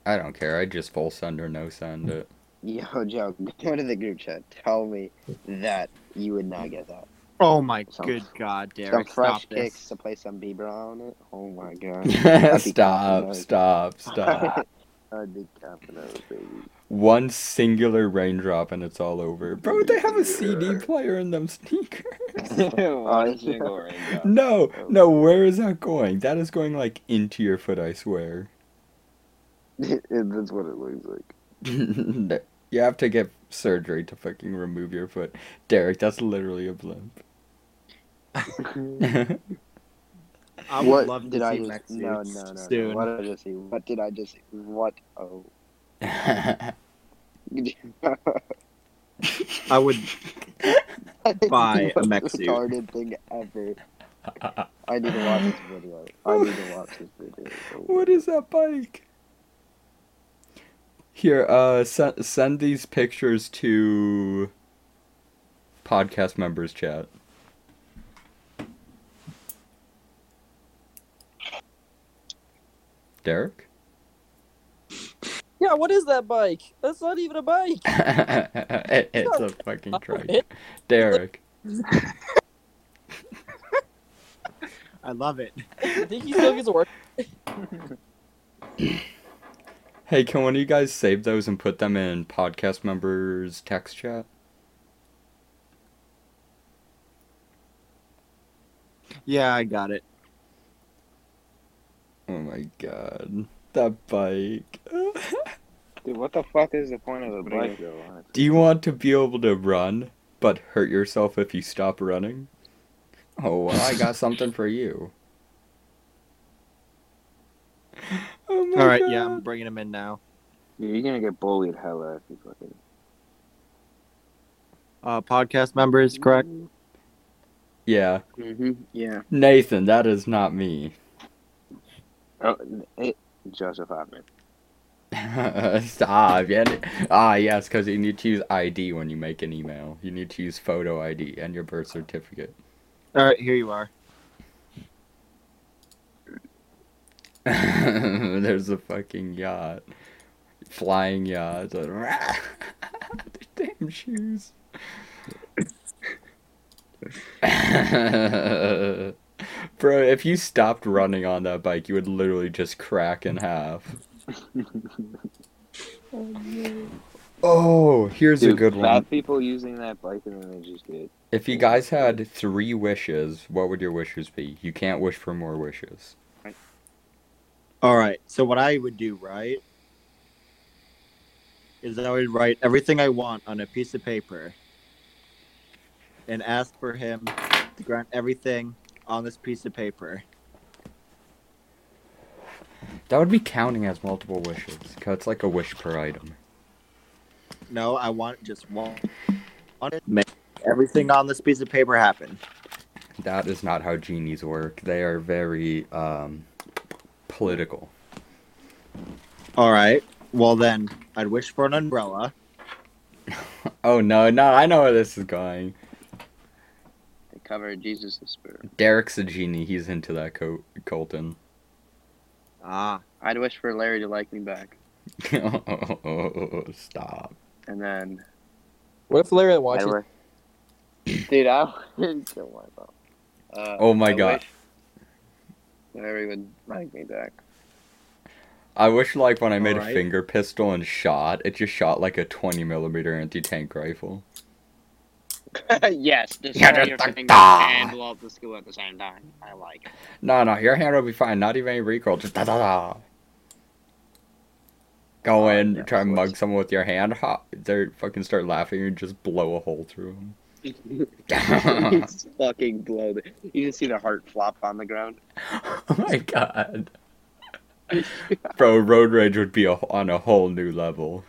Speaker 1: I don't care. I just full send or no send it.
Speaker 4: yo, Joe, go to the group chat. Tell me that you would not get that.
Speaker 2: Oh my
Speaker 4: Some-
Speaker 2: good god,
Speaker 4: Some
Speaker 2: Derek!
Speaker 4: fresh
Speaker 2: stop this.
Speaker 4: kicks to play some Bieber on it. Oh my god. I'd be
Speaker 1: stop,
Speaker 4: confident.
Speaker 1: stop, stop.
Speaker 4: I'd be confident, baby.
Speaker 1: One singular raindrop and it's all over. Bro, they have a CD player in them sneakers.
Speaker 6: One single raindrop.
Speaker 1: No, no, where is that going? That is going like into your foot, I swear.
Speaker 4: That's what it looks like.
Speaker 1: you have to get surgery to fucking remove your foot. Derek, that's literally a blimp.
Speaker 2: I would
Speaker 4: what
Speaker 2: love to
Speaker 4: did
Speaker 2: see
Speaker 4: I just?
Speaker 2: mech suits
Speaker 4: No, no, no, no.
Speaker 2: soon.
Speaker 4: What did I just see? What did I just see? What? Oh.
Speaker 2: I would. Buy a mech
Speaker 4: Most
Speaker 2: suit.
Speaker 4: Retarded thing ever. I need to watch this video. I need to watch this video.
Speaker 1: What is that bike? Here, uh, send send these pictures to podcast members chat. Derek?
Speaker 3: yeah, what is that bike? That's not even a bike.
Speaker 1: It- it's a fucking trike. Derek.
Speaker 2: I love it.
Speaker 3: I think he still gets a work.
Speaker 1: Hey, can one of you guys save those and put them in podcast members text chat?
Speaker 2: Yeah, I got it.
Speaker 1: Oh my god. That bike.
Speaker 6: Dude, what the fuck is the point of the
Speaker 4: What are you
Speaker 6: bike though? huh?
Speaker 1: Do you want to be able to run, but hurt yourself if you stop running? Oh, well, I got something for you. Oh my
Speaker 2: All right,
Speaker 1: God.
Speaker 2: yeah, I'm bringing him in now.
Speaker 6: Dude, you're gonna get bullied hella if you fucking.
Speaker 2: Uh, podcast member is correct.
Speaker 1: Yeah.
Speaker 4: Mm-hmm. Yeah.
Speaker 1: Nathan, that is not me.
Speaker 4: Oh, it, Joseph Hoffman.
Speaker 1: Stop. Yeah. Ah, yes, because you need to use ID when you make an email. You need to use photo ID and your birth certificate.
Speaker 2: All right, here you are.
Speaker 1: There's a fucking yacht. Flying yacht. Damn, some shoes. Bro, if you stopped running on that bike, you would literally just crack in half. oh, here's a
Speaker 6: Dude,
Speaker 1: good
Speaker 6: fat
Speaker 1: one.
Speaker 6: people using that bike and then they just get.
Speaker 1: If you guys had three wishes, what would your wishes be? You can't wish for more wishes.
Speaker 2: All right. So what I would do, right, is I would write everything I want on a piece of paper and ask for him to grant everything on this piece of paper.
Speaker 1: That would be counting as multiple wishes, 'cause it's like a wish per item.
Speaker 2: No, I want just one. want it- Make everything on this piece of paper happen.
Speaker 1: That is not how genies work. They are very um, political.
Speaker 2: All right. Well then, I'd wish for an umbrella.
Speaker 1: Oh no, no, I know where this is going.
Speaker 4: They cover Jesus' spirit.
Speaker 1: Derek's a genie. He's into that, Col- Colton.
Speaker 2: Ah,
Speaker 4: I'd wish for Larry to like me back.
Speaker 1: Stop.
Speaker 4: And then,
Speaker 3: What if Larry watches?
Speaker 6: Edward.
Speaker 4: dude, I would kill myself. Uh,
Speaker 1: Oh my
Speaker 4: I
Speaker 1: God.
Speaker 4: wish Larry would like me back.
Speaker 1: I wish, like, when I made a
Speaker 2: Alright.
Speaker 1: finger pistol and shot, it just shot like a 20 millimeter anti tank rifle.
Speaker 4: yes, destroy
Speaker 1: Yeah,
Speaker 4: your
Speaker 1: da- da-
Speaker 4: finger
Speaker 1: da.
Speaker 4: and blow up the school at the same time. I like it.
Speaker 1: No, no, your hand will be fine. Not even any recoil. Just da da da. Go in,
Speaker 4: yeah,
Speaker 1: try and
Speaker 4: that's
Speaker 1: mug
Speaker 4: worse.
Speaker 1: someone with your hand. Ha! They fucking start laughing and just blow a hole through them.
Speaker 4: You just fucking blow the. You just see the heart flop on the ground.
Speaker 1: Oh my god. Bro, road rage would be a, on a whole new level.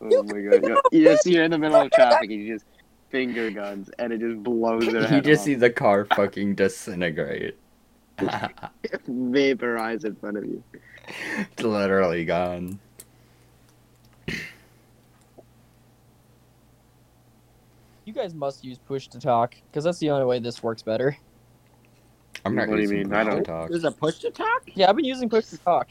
Speaker 4: Oh my god. You- You just you're in the middle of traffic and you just finger guns and it just blows their
Speaker 1: You
Speaker 4: head
Speaker 1: just
Speaker 4: off.
Speaker 1: see the car fucking disintegrate.
Speaker 4: vaporize in front of you.
Speaker 1: it's literally gone.
Speaker 3: You guys must use push to talk because that's the only way this works better.
Speaker 1: I'm not
Speaker 4: What do you
Speaker 1: using
Speaker 4: mean? I don't-
Speaker 1: talk.
Speaker 2: there's a push to talk.
Speaker 3: Yeah, I've been using push to talk.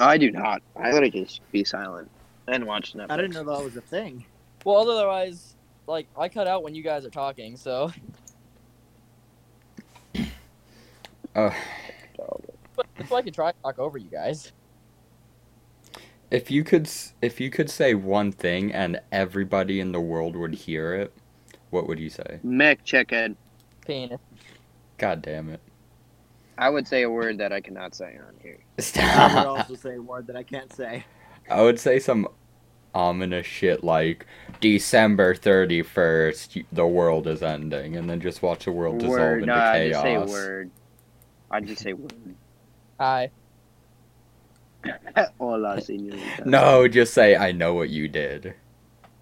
Speaker 4: I do not. I gotta just be silent and watch Netflix.
Speaker 2: I didn't know that was a thing.
Speaker 3: Well, otherwise, like I cut out when you guys are talking, so
Speaker 1: Oh,
Speaker 3: but if I could try to talk over you guys.
Speaker 1: if you could s- if you could say one thing and everybody in the world would hear it, what would you say?
Speaker 4: Mick chicken.
Speaker 3: Penis.
Speaker 1: God damn it.
Speaker 4: I would say a word that I cannot say on here.
Speaker 2: I would
Speaker 1: Stop.
Speaker 2: also say a word that I can't say.
Speaker 1: I would say some ominous shit like December 31st y- the world is ending and then just watch the world dissolve
Speaker 4: word.
Speaker 1: into
Speaker 4: No, I
Speaker 1: chaos.
Speaker 4: just say word. I just say word.
Speaker 3: Hi.
Speaker 4: Hola, señorita.
Speaker 1: No, just say I know what you did.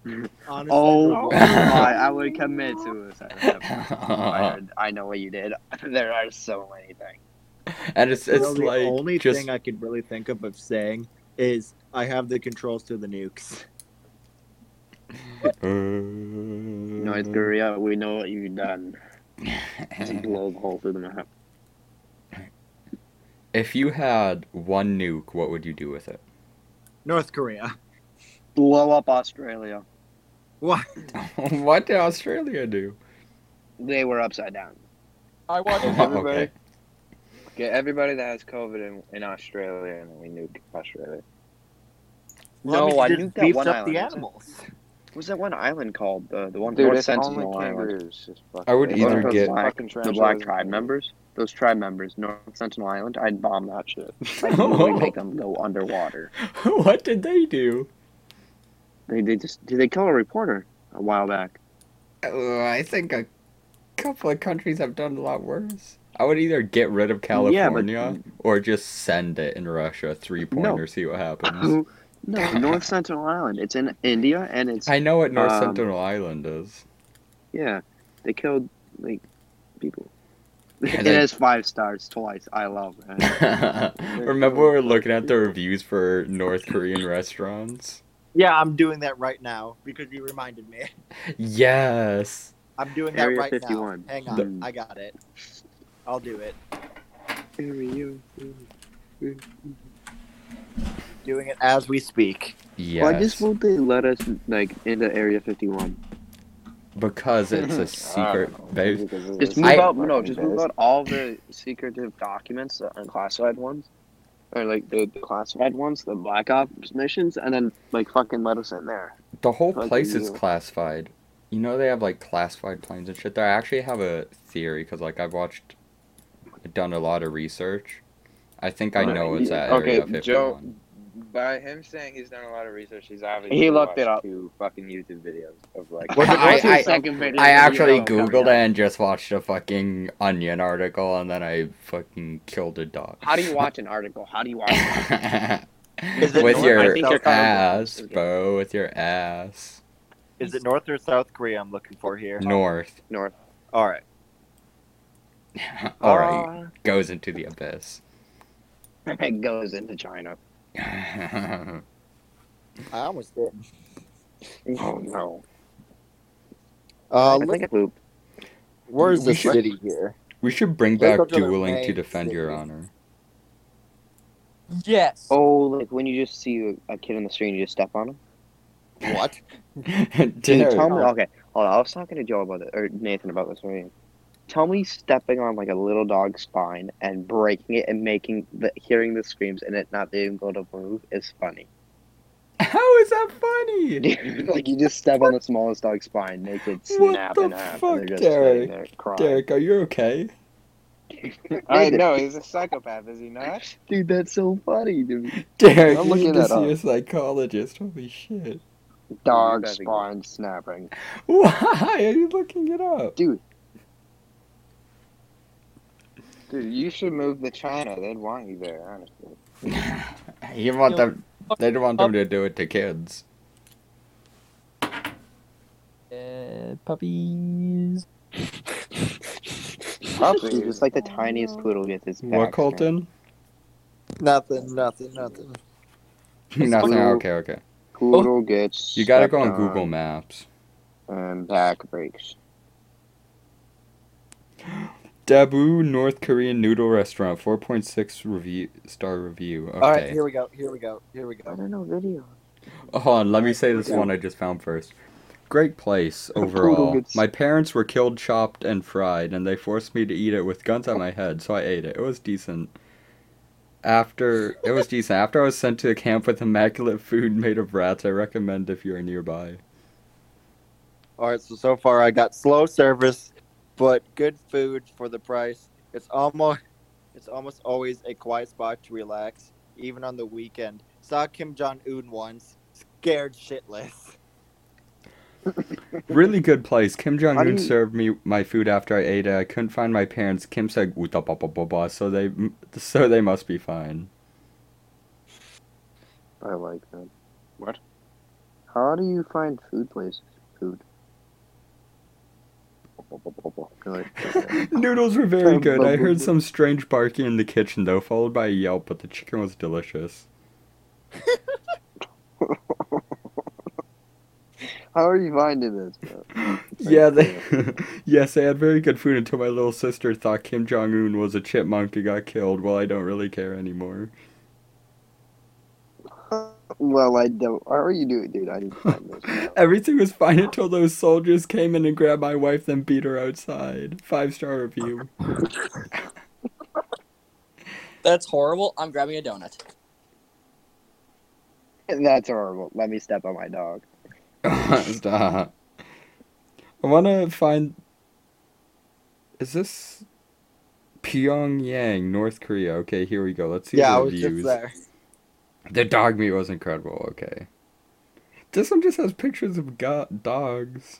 Speaker 2: Honestly,
Speaker 4: Oh
Speaker 2: bro.
Speaker 4: my! I would commit suicide. if I heard, I know what you did. There are so many things.
Speaker 1: and it's
Speaker 2: You
Speaker 1: it's
Speaker 2: know, the
Speaker 1: like
Speaker 2: only
Speaker 1: just
Speaker 2: thing I could really think of of saying is I have the controls to the nukes.
Speaker 1: uh,
Speaker 4: North
Speaker 6: Mm-hmm.
Speaker 4: Korea, we know what you've done. Just blow the hole through the map.
Speaker 1: if you had one nuke, what would you do with it?
Speaker 2: North Korea.
Speaker 4: Blow up Australia.
Speaker 2: What?
Speaker 1: what did Australia do?
Speaker 4: They were upside down.
Speaker 3: I watched.
Speaker 1: okay.
Speaker 6: Get everybody that has COVID in, in Australia and then we nuke Australia.
Speaker 4: No,
Speaker 2: mean,
Speaker 4: I
Speaker 2: just
Speaker 4: nuked that
Speaker 2: beefed
Speaker 4: one
Speaker 2: up
Speaker 4: island,
Speaker 2: the
Speaker 4: isn't it?
Speaker 2: animals.
Speaker 4: What's that one island called? The the one
Speaker 6: Dude,
Speaker 4: North
Speaker 6: it's only
Speaker 4: Sentinel Island.
Speaker 6: kangaroos. Just fucking-
Speaker 1: I would
Speaker 6: Those
Speaker 1: either
Speaker 6: are
Speaker 1: get-
Speaker 6: black-
Speaker 4: Fucking
Speaker 6: the
Speaker 4: The black tribe members. Those tribe members, North Sentinel Island. I'd bomb that shit. I'd literally make them go underwater.
Speaker 1: what did they do?
Speaker 4: They they just did they kill a reporter a while back?
Speaker 1: Uh, I think a couple of countries have done a lot worse. I would either get rid of California or just send it in Russia three pointer, see what happens.
Speaker 4: no, North Sentinel Island. It's in India and it's
Speaker 1: I know what North
Speaker 4: Um,
Speaker 1: Sentinel Island is.
Speaker 4: yeah. They killed like people.
Speaker 1: Yeah,
Speaker 4: it
Speaker 1: they-
Speaker 4: has five stars twice. I love it.
Speaker 1: Remember we were looking at the reviews for North Korean restaurants?
Speaker 2: Yeah, I'm doing that right now because you reminded me.
Speaker 1: Yes.
Speaker 2: I'm doing that
Speaker 4: Area
Speaker 2: right
Speaker 4: 51.
Speaker 2: now. Hang on, I got it. I'll do it. doing it as we speak.
Speaker 1: Yes.
Speaker 6: Why just won't they let us like into Area 51?
Speaker 1: Because it's a secret base.
Speaker 6: Just move out. No, just move out all the secretive documents,
Speaker 4: uh,
Speaker 6: the unclassified ones, or like the classified ones, the black ops missions, and then like fucking let us in there.
Speaker 1: The whole
Speaker 6: Fuck
Speaker 1: place is
Speaker 6: you.
Speaker 1: classified. You know they have like classified planes and shit. There, I actually have a theory because like I've watched, done a lot of research. I think I
Speaker 6: Alright,
Speaker 1: know it's
Speaker 6: you-
Speaker 1: at
Speaker 6: okay,
Speaker 1: Area 51.
Speaker 6: Joe- By him saying he's done a lot of research, he's obviously
Speaker 4: He looked it
Speaker 6: watched
Speaker 4: up.
Speaker 6: Two fucking YouTube videos of like.
Speaker 1: Well, the- I- I-
Speaker 6: second video
Speaker 1: I
Speaker 6: you
Speaker 1: actually
Speaker 6: know,
Speaker 1: googled it
Speaker 6: coming
Speaker 1: and just watched a fucking Onion article, and then I fucking killed a dog.
Speaker 4: How do you watch an article? How do you watch? It?
Speaker 2: Is it
Speaker 1: with
Speaker 2: north- I
Speaker 1: your
Speaker 2: think you're covered.
Speaker 1: ass,
Speaker 6: Okay.
Speaker 1: bro. With your ass.
Speaker 2: Is it North or South Korea I'm looking for here?
Speaker 1: North.
Speaker 2: All right.
Speaker 1: All
Speaker 6: Ah.
Speaker 1: right, goes into the abyss.
Speaker 4: It goes into China.
Speaker 2: I almost did.
Speaker 4: Oh no!
Speaker 2: Uh,
Speaker 4: I
Speaker 2: look,
Speaker 4: think I pooped.
Speaker 2: where's
Speaker 1: we
Speaker 2: the
Speaker 1: should-
Speaker 2: city here?
Speaker 1: we should bring
Speaker 2: Let's
Speaker 1: back
Speaker 2: go to the
Speaker 1: dueling to
Speaker 2: main
Speaker 1: defend your
Speaker 2: city.
Speaker 1: honor.
Speaker 3: Yes.
Speaker 4: Oh, like when you just see a kid in the street and you just step on him.
Speaker 2: What?
Speaker 4: Dude,
Speaker 1: Dude,
Speaker 4: tell me. Okay, hold on. I was talking to Joe about this, or Nathan about this. Right? Tell me stepping on like a little dog's spine and breaking it and making the hearing the screams and it not being able to move is funny.
Speaker 1: how is that funny?
Speaker 4: like you just step on the smallest dog's spine, make it
Speaker 1: What
Speaker 4: snap
Speaker 1: the
Speaker 4: in half, and
Speaker 1: fuck,
Speaker 4: they're just
Speaker 1: Derek?
Speaker 4: sitting there crying.
Speaker 1: Derek, are you okay?
Speaker 6: I know he's a psychopath, is he not?
Speaker 4: Dude, that's so funny, dude.
Speaker 1: Derek,
Speaker 4: I'm
Speaker 1: you
Speaker 4: looking
Speaker 1: need to
Speaker 4: that
Speaker 1: see
Speaker 4: up.
Speaker 1: a psychologist. Holy shit!
Speaker 4: Dog
Speaker 6: That'd be good.
Speaker 4: spine snapping.
Speaker 1: Why are you looking it up?
Speaker 6: Dude, you should move to China. They'd want you there, honestly.
Speaker 1: You want them? They don't want
Speaker 3: up.
Speaker 1: them to do it to kids.
Speaker 3: Uh, puppies.
Speaker 4: Dude,
Speaker 6: Puppies.
Speaker 4: just like the tiniest poodle gets its back.
Speaker 1: What, Colton?
Speaker 2: Nothing, nothing, nothing.
Speaker 1: Nothing.
Speaker 4: Poodle-
Speaker 1: Okay, okay.
Speaker 4: snapped. Poodle gets.
Speaker 1: Oh, You gotta go
Speaker 4: stepped
Speaker 1: on Google Maps.
Speaker 4: And back breaks.
Speaker 1: Dabu North Korean noodle restaurant, 4.6 review star review. Okay.
Speaker 2: All right, here we go. Here we go. Here we go.
Speaker 4: don't know video.
Speaker 1: Hold on, let me say this one I just found first. Great place overall.
Speaker 4: gets-
Speaker 1: My parents were killed, chopped, and fried, and they forced me to eat it with guns at my head, so I ate it. It was decent. After it was decent. After I was sent to a camp with immaculate food made of rats, I recommend if you are nearby.
Speaker 2: All right, so so far I got slow service, but good food for the price. It's almost it's almost always a quiet spot to relax, even on the weekend. Saw Kim Jong Un once, scared shitless.
Speaker 1: Really good place. Kim Jong
Speaker 4: How do
Speaker 1: Un
Speaker 4: you-
Speaker 1: served me my food after I ate it. I couldn't find my parents. Kim said "Utapapapapa," so they so they must be fine.
Speaker 4: I like that.
Speaker 6: What?
Speaker 4: How do you find food places? Food. Really?
Speaker 1: Noodles were very good. I heard
Speaker 4: Bubble.
Speaker 1: some strange barking in the kitchen though, followed by a yelp, but the chicken was delicious.
Speaker 4: How are you finding this, bro?
Speaker 1: Yeah, they Yes, they had very good food until my little sister thought Kim Jong Un was a chipmunk and got killed. Well, I don't really care anymore.
Speaker 4: Well, I don't. How are you doing, dude? I need to find this.
Speaker 1: Everything was fine until those soldiers came in and grabbed my wife, then beat her outside. Five star review.
Speaker 3: That's horrible. I'm grabbing a donut.
Speaker 4: That's horrible. Let me step on my dog.
Speaker 1: Stop. I want to find. Is this Pyongyang, North Korea? Okay, here we go. Let's see
Speaker 2: yeah, I
Speaker 1: the
Speaker 2: was just
Speaker 1: reviews.
Speaker 2: there.
Speaker 1: The dog meat was incredible. Okay, this one just has pictures of go- dogs.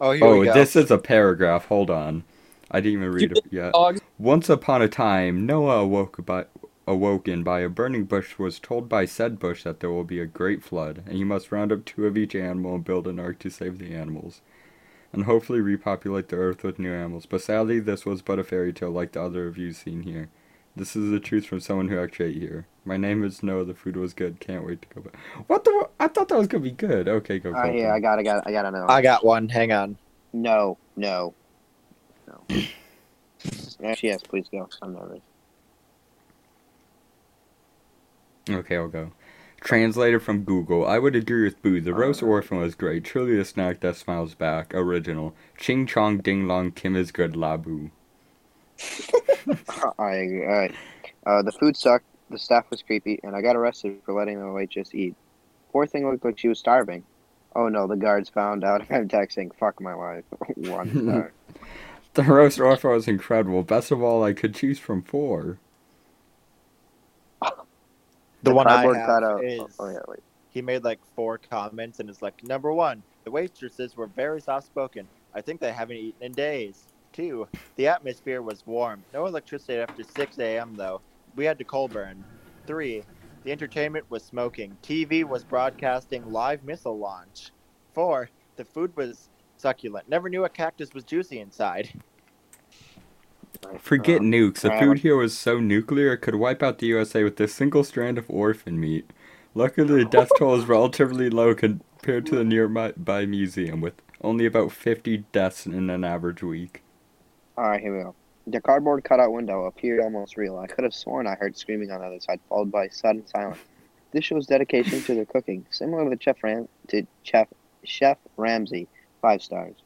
Speaker 2: Oh, here
Speaker 1: oh,
Speaker 2: we go.
Speaker 1: this is a paragraph. Hold on, I didn't even read it yet.
Speaker 3: Dogs.
Speaker 1: Once upon a time, Noah awoke by awoken by a burning bush was told by said bush that there will be a great flood, and he must round up two of each animal and build an ark to save the animals, and hopefully repopulate the earth with new animals. But sadly, this was but a fairy tale, like the other reviews seen here. This is the truth from someone who actually ate here. My name is Noah. The food was good. Can't wait to go back. What the? wo- I thought that was gonna be good. Okay, go.
Speaker 4: Oh, yeah, I got, I got, I gotta know.
Speaker 2: I got one. Hang on.
Speaker 4: No, no, no. Actually, yes, please go. I'm nervous.
Speaker 1: Okay, I'll go. Translated from Google, I would agree with Boo. The roast orphan was great. Truly a snack that smiles back. Original. Ching chong ding long. Kim is good. Labu.
Speaker 4: I agree. All right. Uh, the food sucked. The staff was creepy, and I got arrested for letting the waitress just eat. Poor thing looked like she was starving. Oh no, the guards found out I'm texting. Fuck my life. One star.
Speaker 1: The roast orphan was incredible. Best of all, I could choose from four.
Speaker 2: The one I
Speaker 4: worked
Speaker 2: have
Speaker 4: that out.
Speaker 2: is
Speaker 4: Oh, yeah, wait.
Speaker 2: he made like four comments and is like, number one, the waitresses were very soft spoken. I think they haven't eaten in days. Two, the atmosphere was warm. No electricity after 6 a.m. though. We had to coal burn. Three, the entertainment was smoking. TV was broadcasting live missile launch. Four, the food was succulent. Never knew a cactus was juicy inside.
Speaker 1: Forget
Speaker 4: Um,
Speaker 1: nukes. The
Speaker 4: I
Speaker 1: food
Speaker 4: would-
Speaker 1: here was so nuclear it could wipe out the USA with a single strand of orphan meat. Luckily, the death toll is relatively low compared to the nearby museum, with only about 50 deaths in an average week.
Speaker 4: All right, here we go. The cardboard cutout window appeared almost real. I could have sworn I heard screaming on the other side, followed by sudden silence. This shows dedication to their cooking, similar to Chef Ram to Chef Chef Ramsay. Five stars.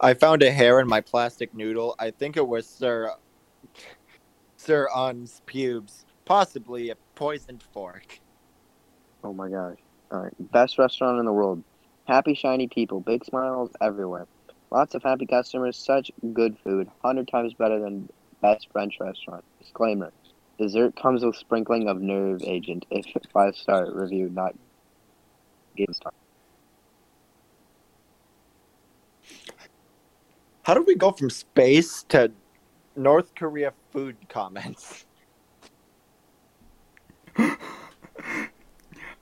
Speaker 2: I found a hair in my plastic noodle. I think it was Sir Sir On's pubes, possibly a poisoned fork.
Speaker 4: Oh my gosh. All right. Best restaurant in the world. Happy, shiny people. Big smiles everywhere. Lots of happy customers. Such good food. 100 times better than best French restaurant. Disclaimer. Dessert comes with sprinkling of nerve agent. If five star review, not give star.
Speaker 2: How did we go from space to North Korea food comments?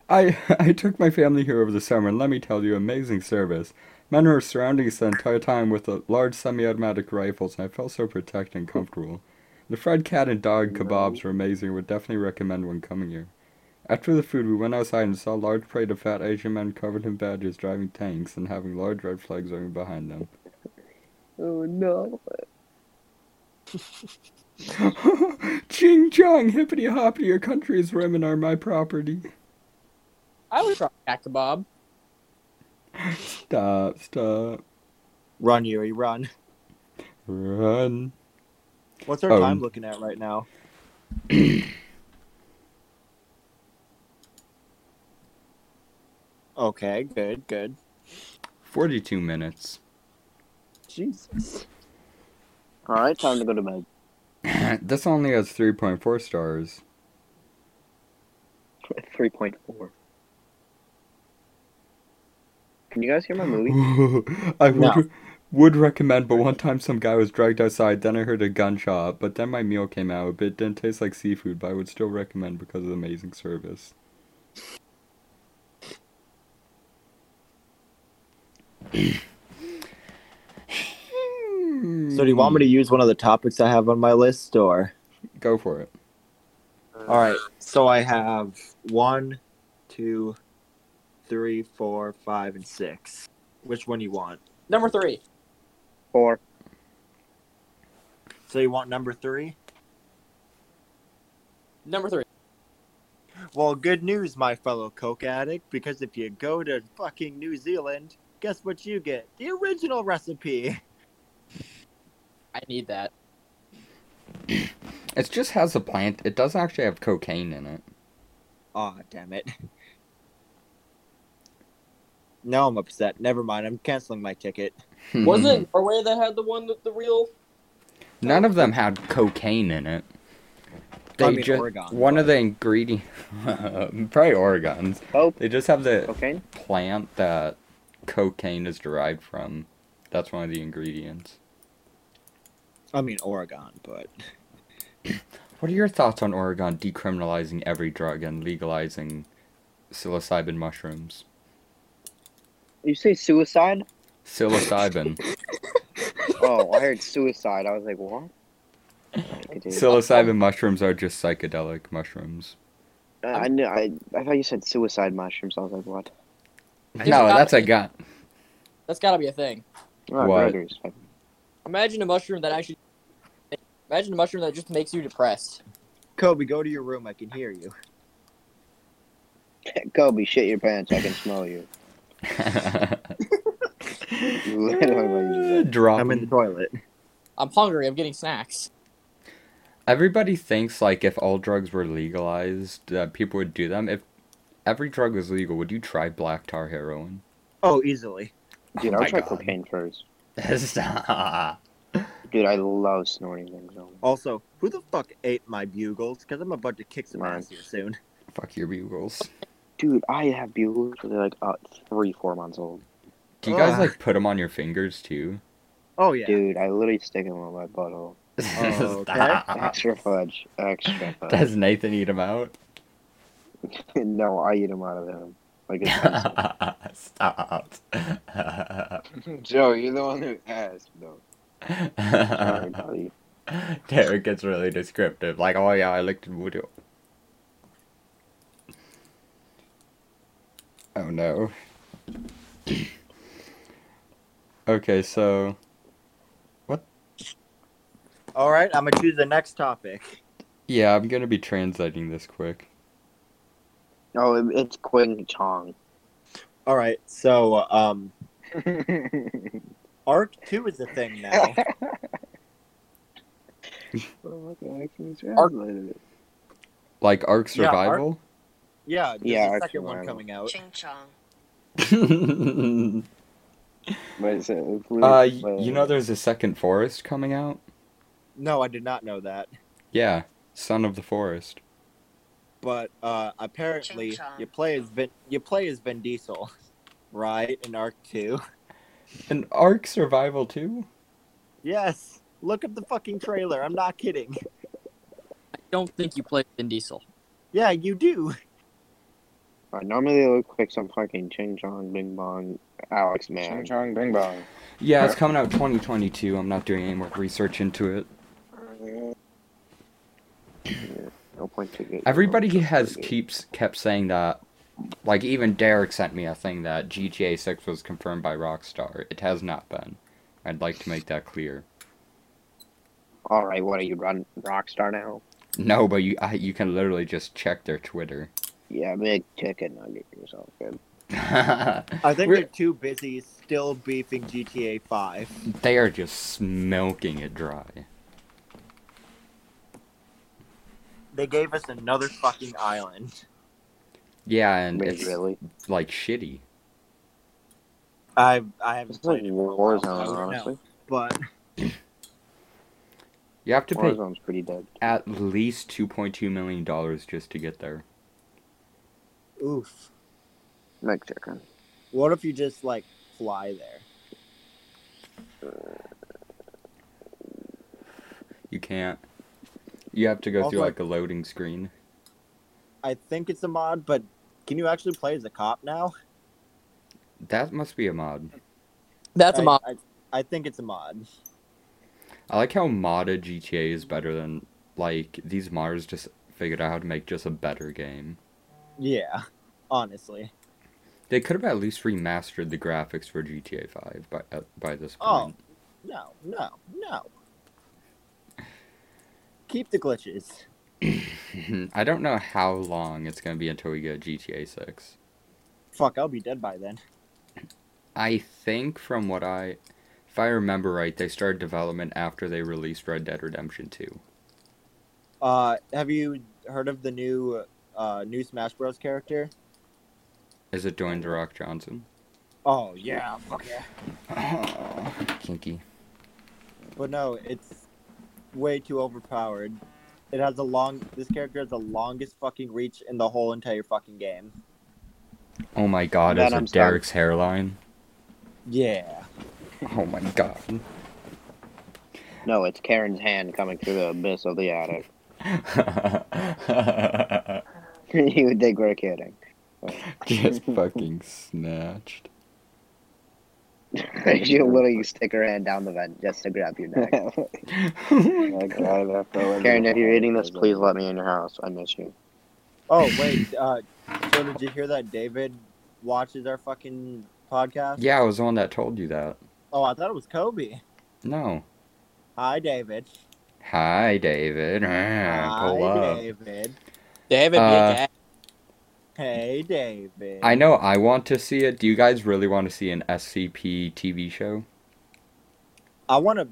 Speaker 1: I I took my family here over the summer, and let me tell you, amazing service. Men were surrounding us the entire time with uh, large semi-automatic rifles, and I felt so protected and comfortable. The fried cat and dog kebabs were amazing. Would definitely recommend when coming here. After the food, we went outside and saw a large parade of fat Asian men covered in badges, driving tanks, and having large red flags waving behind them.
Speaker 4: Oh no.
Speaker 1: Ching chong, hippity hoppity, your country's women are my property.
Speaker 3: I would try cat kebab.
Speaker 1: Stop, stop,
Speaker 2: Run, Yuri, run.
Speaker 1: run.
Speaker 2: What's our
Speaker 1: Oh.
Speaker 2: time looking at right now? okay, good, good.
Speaker 1: 42 minutes.
Speaker 2: Jesus.
Speaker 4: All right, time to go to bed.
Speaker 1: this only has 3.4 stars.
Speaker 4: 3.4. Can you guys hear my movie?
Speaker 1: I would, would recommend, but one time some guy was dragged outside, then I heard a gunshot, but then my meal came out. It didn't taste like seafood, but I would still recommend because of the amazing service. Hmm.
Speaker 2: So, do you want me to use one of the topics I have on my list, or?
Speaker 1: Go for it.
Speaker 2: All right, so I have one, two, three, four, five, and six. Which one you want?
Speaker 3: Number three.
Speaker 4: Four.
Speaker 2: So you want number three?
Speaker 3: Number three.
Speaker 2: Well, good news, my fellow coke addict, because if you go to fucking New Zealand, guess what you get? The original recipe.
Speaker 3: I need that.
Speaker 1: It just has a plant. It does actually have cocaine in it.
Speaker 2: Aw, damn it. Now I'm upset. Never mind. I'm canceling my ticket. Mm-hmm.
Speaker 3: Was it Norway that had the one that the real?
Speaker 1: None of them had cocaine in it. They
Speaker 2: I mean,
Speaker 1: just
Speaker 2: Oregon,
Speaker 1: one of
Speaker 2: but-
Speaker 1: the ingredients, probably Oregon's.
Speaker 4: Oh,
Speaker 1: They just have the
Speaker 4: okay.
Speaker 1: plant that cocaine is derived from. That's one of the ingredients.
Speaker 2: I mean Oregon, but
Speaker 1: What are your thoughts on Oregon decriminalizing every drug and legalizing psilocybin mushrooms?
Speaker 4: You say suicide?
Speaker 1: Psilocybin.
Speaker 4: oh, I heard suicide. I was like, what? I, did.
Speaker 1: psilocybin mushrooms are just psychedelic mushrooms.
Speaker 4: I, Uh, I knew. I, I thought you said suicide mushrooms. I was like, what?
Speaker 3: Dude,
Speaker 1: No,
Speaker 3: how-
Speaker 1: that's a gun.
Speaker 3: That's gotta be a thing.
Speaker 4: Oh,
Speaker 1: What?
Speaker 4: Gregor's.
Speaker 3: Imagine a mushroom that actually. Imagine a mushroom that just makes you depressed.
Speaker 2: Kobe, go to your room. I can hear you.
Speaker 4: Kobe, shit your pants. I can smell you. Literally.
Speaker 1: Drop.
Speaker 2: I'm in the toilet.
Speaker 3: I'm hungry. I'm getting snacks.
Speaker 1: Everybody thinks like if all drugs were legalized, that people would do them. If every drug was legal, would you try black tar heroin?
Speaker 2: Oh, easily.
Speaker 4: Dude,
Speaker 1: Oh
Speaker 4: I'll
Speaker 1: my
Speaker 4: try
Speaker 1: God.
Speaker 4: cocaine first.
Speaker 1: Stop.
Speaker 4: Dude, I love snorting things. Oh,
Speaker 2: Also, who the fuck ate my bugles? Because I'm about to kick some
Speaker 4: Mine.
Speaker 2: ass here soon.
Speaker 1: Fuck your bugles.
Speaker 4: Dude, I have bugles. They're like uh, three, four months old.
Speaker 1: Do you guys
Speaker 2: Ugh.
Speaker 1: like put them on your fingers too?
Speaker 2: Oh yeah.
Speaker 4: Dude, I literally stick them on my butthole.
Speaker 2: Oh, okay.
Speaker 1: Stop.
Speaker 4: Extra fudge. Extra fudge.
Speaker 1: Does Nathan eat them out?
Speaker 4: no, I eat them out of them. Like it's pencil.
Speaker 1: Stop.
Speaker 6: Joe, you're the one who asked, though.
Speaker 1: Uh-huh.
Speaker 4: Sorry, buddy.
Speaker 1: Derek gets really descriptive. Like, oh yeah, I licked and wood. Oh no. okay, so
Speaker 2: All right, I'm gonna choose the next topic.
Speaker 1: yeah, I'm gonna be translating this quick.
Speaker 4: No, it, it's Quing
Speaker 1: Uh,
Speaker 4: Chong.
Speaker 2: All right, so um, Arc Two is a thing now.
Speaker 6: Well, what the heck is that?
Speaker 3: Arc-
Speaker 1: Like Ark
Speaker 2: Yeah, Ark-
Speaker 1: Survival.
Speaker 2: yeah, there's
Speaker 4: Yeah,
Speaker 2: a
Speaker 4: Arc
Speaker 2: second one
Speaker 4: Survival.
Speaker 2: coming out.
Speaker 7: Ching Chong.
Speaker 6: Wait, so it's really-
Speaker 1: uh,
Speaker 6: wait,
Speaker 1: y-
Speaker 6: wait,
Speaker 1: you know,
Speaker 6: wait.
Speaker 1: there's a second forest coming out.
Speaker 2: No, I did not know that,
Speaker 1: Yeah, Son of the Forest.
Speaker 2: but uh, apparently
Speaker 7: Ching-chong.
Speaker 2: you play as Vin, you play as Vin Diesel, right? In Arc Two.
Speaker 1: And Ark Survival too.
Speaker 2: Yes. Look up the fucking trailer. I'm not kidding.
Speaker 3: I don't think you played Vin Diesel.
Speaker 2: Yeah, you do.
Speaker 4: I uh, normally they look like some fucking Ching Chong Bing Bong Alex
Speaker 6: Ching
Speaker 4: man.
Speaker 6: chong bing bong.
Speaker 1: Yeah, it's coming out 2022. I'm not doing any more research into it.
Speaker 4: No point to get.
Speaker 1: Everybody has
Speaker 4: keep.
Speaker 1: keeps kept saying that. Like even Derek sent me a thing that GTA 6 was confirmed by Rockstar. It has not been. I'd like to make that clear.
Speaker 4: All right, what are you run Rockstar now?
Speaker 1: No, but you I, you can literally just check their Twitter.
Speaker 4: Yeah, big chicken nugget yourself. Good.
Speaker 2: I think
Speaker 1: We're-
Speaker 2: they're too busy still beefing GTA Five.
Speaker 1: they are just milking it dry.
Speaker 2: They gave us another fucking island.
Speaker 1: Yeah, and
Speaker 4: Wait,
Speaker 1: it's
Speaker 4: really?
Speaker 1: like shitty.
Speaker 2: I I haven't
Speaker 4: It's like
Speaker 2: played it for a while, so I
Speaker 4: Warzone,
Speaker 2: wouldn't know.
Speaker 4: honestly.
Speaker 2: But
Speaker 1: You have to pay
Speaker 4: Warzone's pretty dead.
Speaker 1: at least 2.2 million dollars just to get there.
Speaker 2: oof,
Speaker 4: Mech chicken.
Speaker 2: what if you just like fly there?
Speaker 1: You can't. You have to go
Speaker 2: Also-
Speaker 1: through like a loading screen.
Speaker 2: I think it's a mod, but can you actually play as a cop now?
Speaker 1: That must be a mod.
Speaker 3: That's a
Speaker 2: I-
Speaker 3: mod.
Speaker 2: I, I think it's a mod.
Speaker 1: I like how modded GTA is better than like these modders just figured out how to make just a better game.
Speaker 2: Yeah, honestly.
Speaker 1: They could have at least remastered the graphics for GTA 5 by uh, by this
Speaker 2: Oh.
Speaker 1: point.
Speaker 2: No, no, no. Keep the glitches.
Speaker 1: I don't know how long it's going to be until we get GTA 6.
Speaker 2: Fuck, I'll be dead by then.
Speaker 1: I think from what I if I remember right, they started development after they released Red Dead Redemption 2.
Speaker 2: Uh, have you heard of the new uh new Smash Bros character?
Speaker 1: Is it Dwayne The Rock Johnson?
Speaker 2: Oh yeah, fuck yeah.
Speaker 1: Kinky.
Speaker 2: But no, it's way too overpowered. It has a long. This character has the longest fucking reach in the whole entire fucking game.
Speaker 1: Oh my god,
Speaker 4: That
Speaker 1: is
Speaker 4: I'm
Speaker 1: it
Speaker 4: stunned.
Speaker 1: Derek's hairline?
Speaker 2: Yeah.
Speaker 1: Oh my god.
Speaker 4: No, it's Karen's hand coming through the abyss of the attic. you would think we're kidding.
Speaker 1: Just fucking snatched.
Speaker 4: She'll literally stick her hand down the vent just to grab your neck.
Speaker 6: That guy that fell into
Speaker 4: Karen,
Speaker 6: the
Speaker 4: if you're
Speaker 6: hole
Speaker 4: eating this,
Speaker 6: was a-
Speaker 4: please let me in your house. I miss you.
Speaker 2: Oh wait. Uh, so did you hear that David watches our fucking podcast?
Speaker 1: yeah, I was the one that told you that.
Speaker 2: Oh, I thought it was Kobe.
Speaker 1: No.
Speaker 2: Hi, David.
Speaker 1: Hi, David. Ah, Pull up.
Speaker 2: David.
Speaker 3: David,
Speaker 1: Uh,
Speaker 3: yeah.
Speaker 2: Hey, David.
Speaker 1: I know I want to see it. Do you guys really want to see an SCP TV show?
Speaker 2: I want a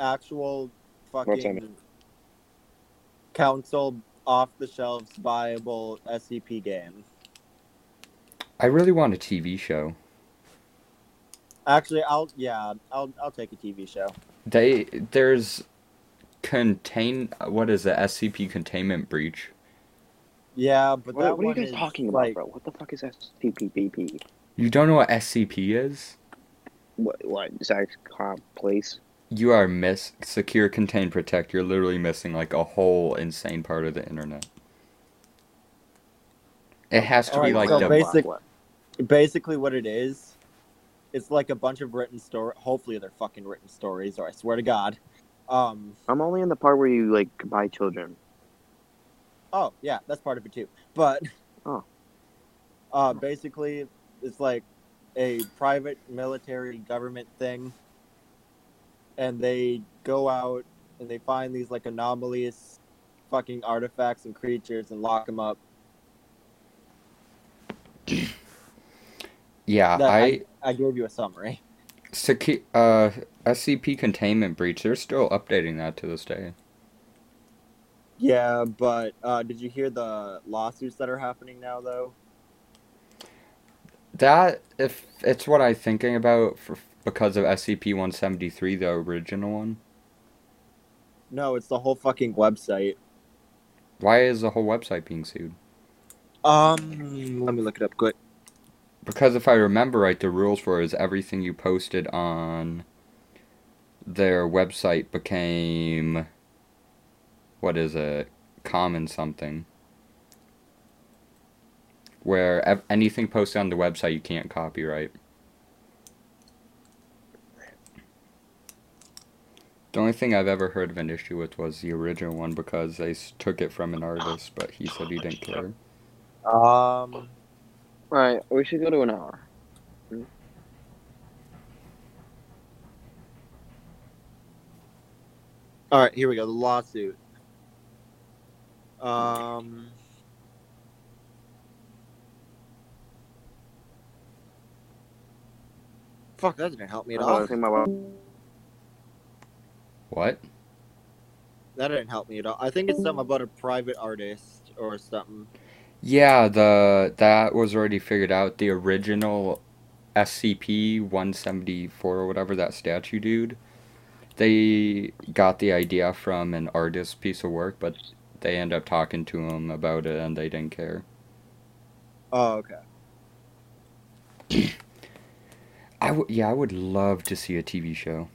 Speaker 2: actual
Speaker 4: What's that
Speaker 2: fucking council off the shelves viable SCP game.
Speaker 1: I really want a TV show.
Speaker 2: Actually, I'll yeah, I'll I'll take a TV show.
Speaker 1: They there's contain what is it? SCP containment breach.
Speaker 2: Yeah, but
Speaker 4: What,
Speaker 2: that
Speaker 4: what are you
Speaker 2: one
Speaker 4: guys
Speaker 2: is,
Speaker 4: talking about,
Speaker 2: like,
Speaker 4: bro? What the fuck is SPPBP?
Speaker 1: You don't know what SCP is?
Speaker 4: What, what? Zach, calm, please.
Speaker 1: You are miss secure, contain, protect. You're literally missing like a whole insane part of the internet. It has to be
Speaker 2: Alright,
Speaker 1: like
Speaker 2: so
Speaker 1: the
Speaker 2: basi- Basic- Basically, what it is, it's like a bunch of written story. Hopefully, they're fucking written stories, or I swear to God. Um.
Speaker 4: I'm only in the part where you like buy children.
Speaker 2: Oh yeah, that's part of it too. But
Speaker 4: Oh.
Speaker 2: uh, basically, it's like a private military government thing, and they go out and they find these like anomalous fucking artifacts and creatures and lock them up.
Speaker 1: yeah.
Speaker 2: That-
Speaker 1: I
Speaker 2: I gave you a summary.
Speaker 1: Secu- uh, SCP containment breach. They're still updating that to this day.
Speaker 2: Yeah, but uh, did you hear the lawsuits that are happening now though?
Speaker 1: That if it's what I'm thinking about for because of SCP-173, the original one.
Speaker 2: No, it's the whole fucking website.
Speaker 1: Why is the whole website being sued?
Speaker 2: Um, let me look it up quick.
Speaker 1: Because if I remember right, the rules for it is everything you posted on their website became what is it? Common something. Where ev- anything posted on the website you can't copyright. The only thing I've ever heard of an issue with was the original one because they s- took it from an artist, but he said he didn't care.
Speaker 2: Um,
Speaker 4: All right, we should go to an hour. Hmm.
Speaker 2: All right, here we go. The lawsuit. Um. Fuck, that didn't help me at
Speaker 4: Oh, I
Speaker 2: all.
Speaker 4: think my wife-
Speaker 1: What?
Speaker 2: That didn't help me at all. I think it's something about a private artist or something.
Speaker 1: Yeah, the that was already figured out. The original SCP-174 or whatever that statue dude, they got the idea from an artist's piece of work, but they end up talking to him about it and they didn't care.
Speaker 2: Oh, okay.
Speaker 1: I w yeah, I would love to see a TV show.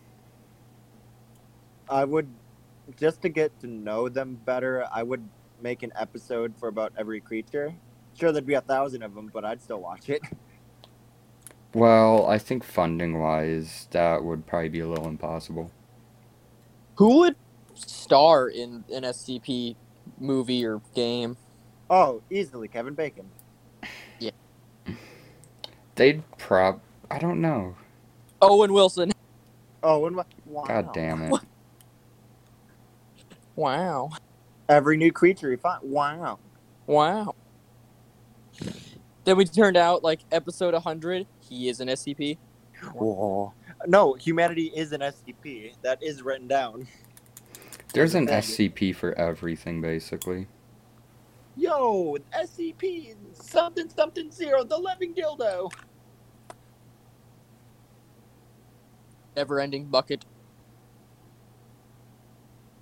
Speaker 2: I would just to get to know them better. I would make an episode for about every creature. Sure, there'd be a thousand of them, but I'd still watch it.
Speaker 1: Well, I think funding-wise, that would probably be a little impossible.
Speaker 3: Who would star in an SCP movie or game?
Speaker 2: Oh, easily, Kevin Bacon.
Speaker 1: They'd prob I don't know.
Speaker 3: Owen Wilson.
Speaker 2: Oh, and what? Wow.
Speaker 1: God damn it.
Speaker 3: Wow.
Speaker 2: Every new creature you find. Wow.
Speaker 3: Wow. Then we turned out like episode 100, he is an SCP.
Speaker 2: No, humanity is an SCP. That is written down.
Speaker 1: There's an
Speaker 2: Thank you.
Speaker 1: SCP for everything, basically.
Speaker 2: Yo, SCP something something zero, the living dildo.
Speaker 3: Never ending bucket.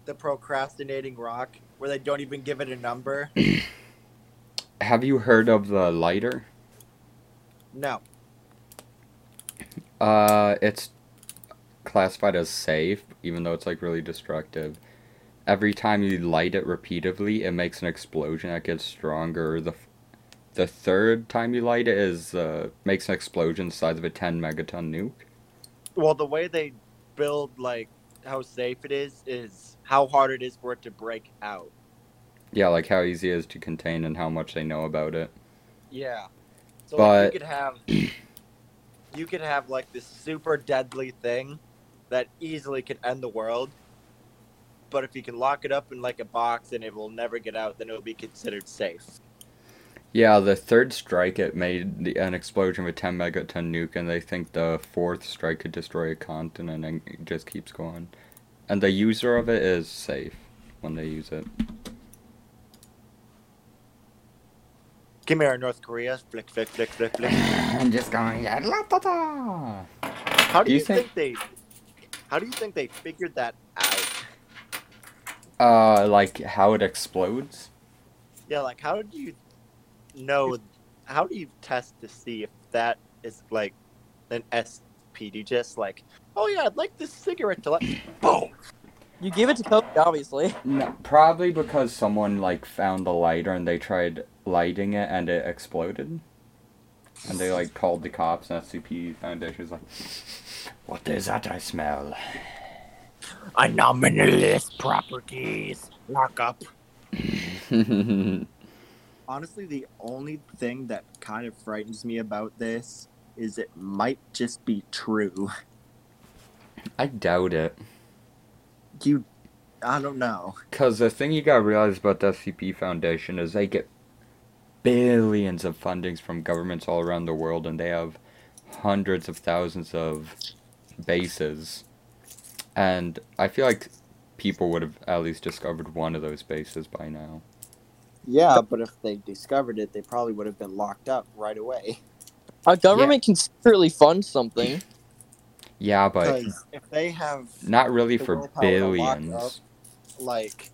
Speaker 2: The procrastinating rock, where they don't even give it a number.
Speaker 1: Have you heard of the lighter?
Speaker 2: No.
Speaker 1: Uh, it's classified as safe, even though it's like really destructive. Every time you light it repeatedly, it makes an explosion that gets stronger. The f- the third time you light it is uh, makes an explosion the size of a ten megaton nuke.
Speaker 2: Well, the way they build like how safe it is is how hard it is for it to break out.
Speaker 1: Yeah, like how easy it is to contain and how much they know about it.
Speaker 2: Yeah. So
Speaker 1: But-
Speaker 2: like, you could have you could have like this super deadly thing that easily could end the world. but if you can lock it up in like a box and it will never get out, then it will be considered safe.
Speaker 1: Yeah, the third strike it made the, an explosion of a 10 megaton nuke, and they think the fourth strike could destroy a continent, and it just keeps going. And the user of it is safe when they use it.
Speaker 2: Come here, North Korea. Flick, flick, flick, flick, flick.
Speaker 1: I'm just going. "Yeah, la, da, da."
Speaker 2: How do
Speaker 1: You
Speaker 2: you,
Speaker 1: think-
Speaker 2: think... they? How do you think they figured that out?
Speaker 1: Uh, like how it explodes.
Speaker 2: Yeah, like how do you know? How do you test to see if that is like an SP? Do you just like, oh yeah, I'd like this cigarette to like, boom.
Speaker 3: You give it to Kobe, obviously.
Speaker 1: No, probably because someone like found the lighter and they tried lighting it and it exploded. And they like called the cops and SCP Foundation was like, "What is that I smell?"
Speaker 2: I nominalist properties. Lock up. Honestly, the only thing that kind of frightens me about this is it might just be true.
Speaker 1: I doubt it.
Speaker 2: You, I don't know.
Speaker 1: Because the thing you gotta realize about the SCP Foundation is they get billions of fundings from governments all around the world, and they have hundreds of thousands of bases. And I feel like people would have at least discovered one of those bases by now.
Speaker 2: Yeah, but if they discovered it, they probably would have been locked up right away.
Speaker 3: A government can secretly fund something.
Speaker 1: Yeah, but
Speaker 2: Because if they have
Speaker 1: not really
Speaker 2: the
Speaker 1: for
Speaker 2: willpower to lock up.
Speaker 1: billions.
Speaker 2: like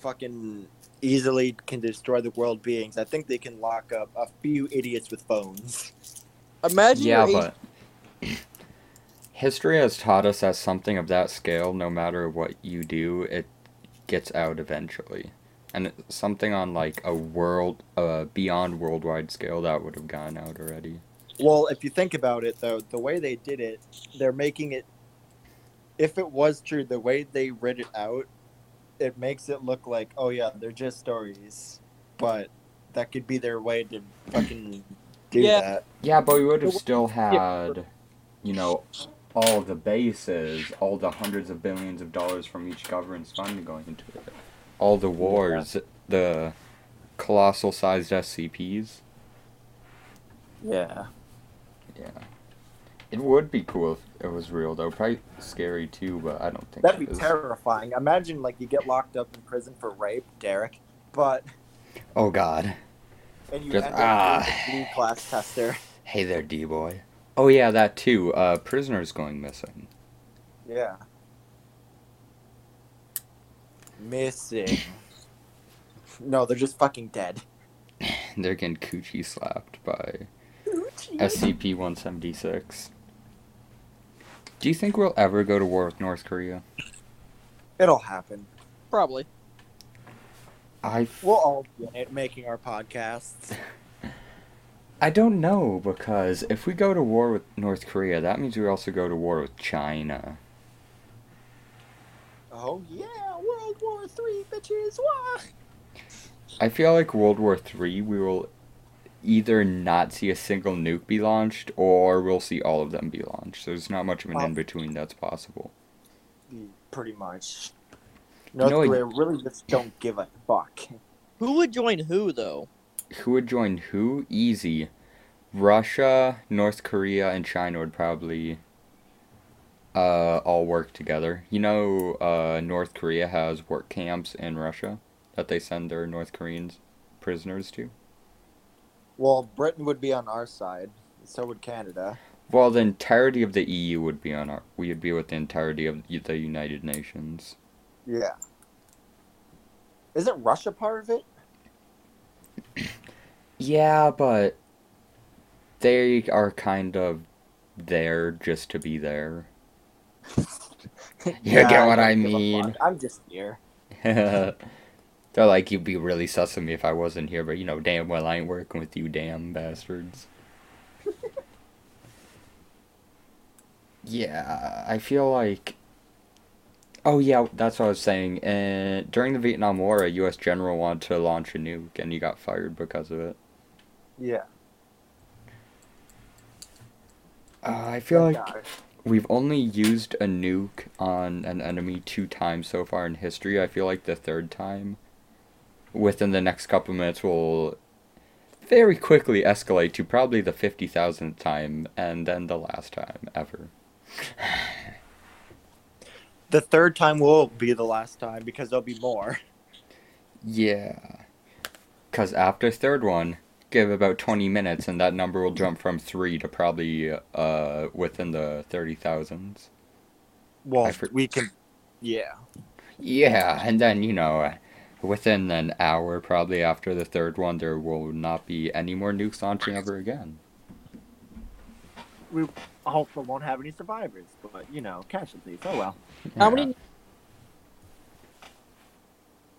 Speaker 2: fucking easily can destroy the world beings, I think they can lock up a few idiots with phones.
Speaker 3: Imagine
Speaker 1: Yeah,
Speaker 3: you're
Speaker 1: but history has taught us that something of that scale, no matter what you do, it gets out eventually. And it- something on like a world, uh, beyond worldwide scale, that would have gone out already.
Speaker 2: Well, if you think about it though, the way they did it, they're making it if it was true, the way they read it out, it makes it look like, oh yeah, they're just stories. But that could be their way to fucking do
Speaker 3: Yeah.
Speaker 2: that.
Speaker 1: Yeah, but we would have
Speaker 3: It
Speaker 1: still had, you know, all the bases, all the hundreds of billions of dollars from each government's fund going into it, all the wars, the colossal sized SCPs.
Speaker 2: Yeah.
Speaker 1: Yeah. It would be cool if it was real, though. Probably scary, too, but I don't think
Speaker 2: That'd be
Speaker 1: it is.
Speaker 2: terrifying. Imagine like you get locked up in prison for rape, Derek, but
Speaker 1: Oh, God.
Speaker 2: and you
Speaker 1: Just-
Speaker 2: end
Speaker 1: ah.
Speaker 2: up being a B class tester.
Speaker 1: Hey there, D boy. Oh, yeah, that, too. Uh, prisoners going missing.
Speaker 2: Yeah. Missing. No, they're just fucking dead.
Speaker 1: They're getting coochie slapped by SCP 176. Do you think we'll ever go to war with North Korea?
Speaker 2: It'll happen.
Speaker 3: probably.
Speaker 1: I, f-
Speaker 2: We'll all be in it making our podcasts.
Speaker 1: I don't know, because if we go to war with North Korea, that means we also go to war with China.
Speaker 2: Oh yeah, World War Three, bitches! Wah!
Speaker 1: I feel like World War Three, we will either not see a single nuke be launched, or we'll see all of them be launched. There's not much of an
Speaker 2: Wow.
Speaker 1: in between that's possible.
Speaker 2: Pretty much.
Speaker 1: know,
Speaker 2: North
Speaker 1: I-
Speaker 2: Korea really just don't give a fuck.
Speaker 3: Who would join who though?
Speaker 1: Who would join who? Easy. Russia, North Korea, and China would probably uh, all work together. You know, uh, North Korea has work camps in Russia that they send their North Koreans prisoners to.
Speaker 2: Well, Britain would be on our side. So would Canada.
Speaker 1: Well, the entirety of the EU would be on our. We would be with the entirety of the United Nations.
Speaker 2: Yeah. Isn't Russia part of it?
Speaker 1: Yeah, but they are kind of there just to be there. You get what
Speaker 2: don't
Speaker 1: I
Speaker 2: give a
Speaker 1: mean.
Speaker 2: fuck. I'm just here.
Speaker 1: They're like, you'd be really sus of me if I wasn't here, but you know, damn well, I ain't working with you, damn bastards. yeah, I feel like. Oh, yeah, that's what I was saying. Uh, during the Vietnam War, a US general wanted to launch a nuke, and he got fired because of it.
Speaker 2: Yeah.
Speaker 1: Uh, I feel like.
Speaker 2: God.
Speaker 1: we've only used a nuke on an enemy two times so far in history. I feel like the third time, within the next couple minutes, will very quickly escalate to probably the fifty thousandth time, and then the last time ever.
Speaker 2: The third time will be the last time because there'll be more.
Speaker 1: Yeah. Because after third one, give about 20 minutes and that number will jump from 3 to probably uh, within the 30,000s.
Speaker 2: Well,
Speaker 1: I for-
Speaker 2: we can. Yeah.
Speaker 1: Yeah, and then, you know, within an hour probably after the third one, there will not be any more nukes launching ever again.
Speaker 2: Hopefully, won't have any survivors, but you know, casualties. Oh well.
Speaker 3: How
Speaker 1: Yeah.
Speaker 3: many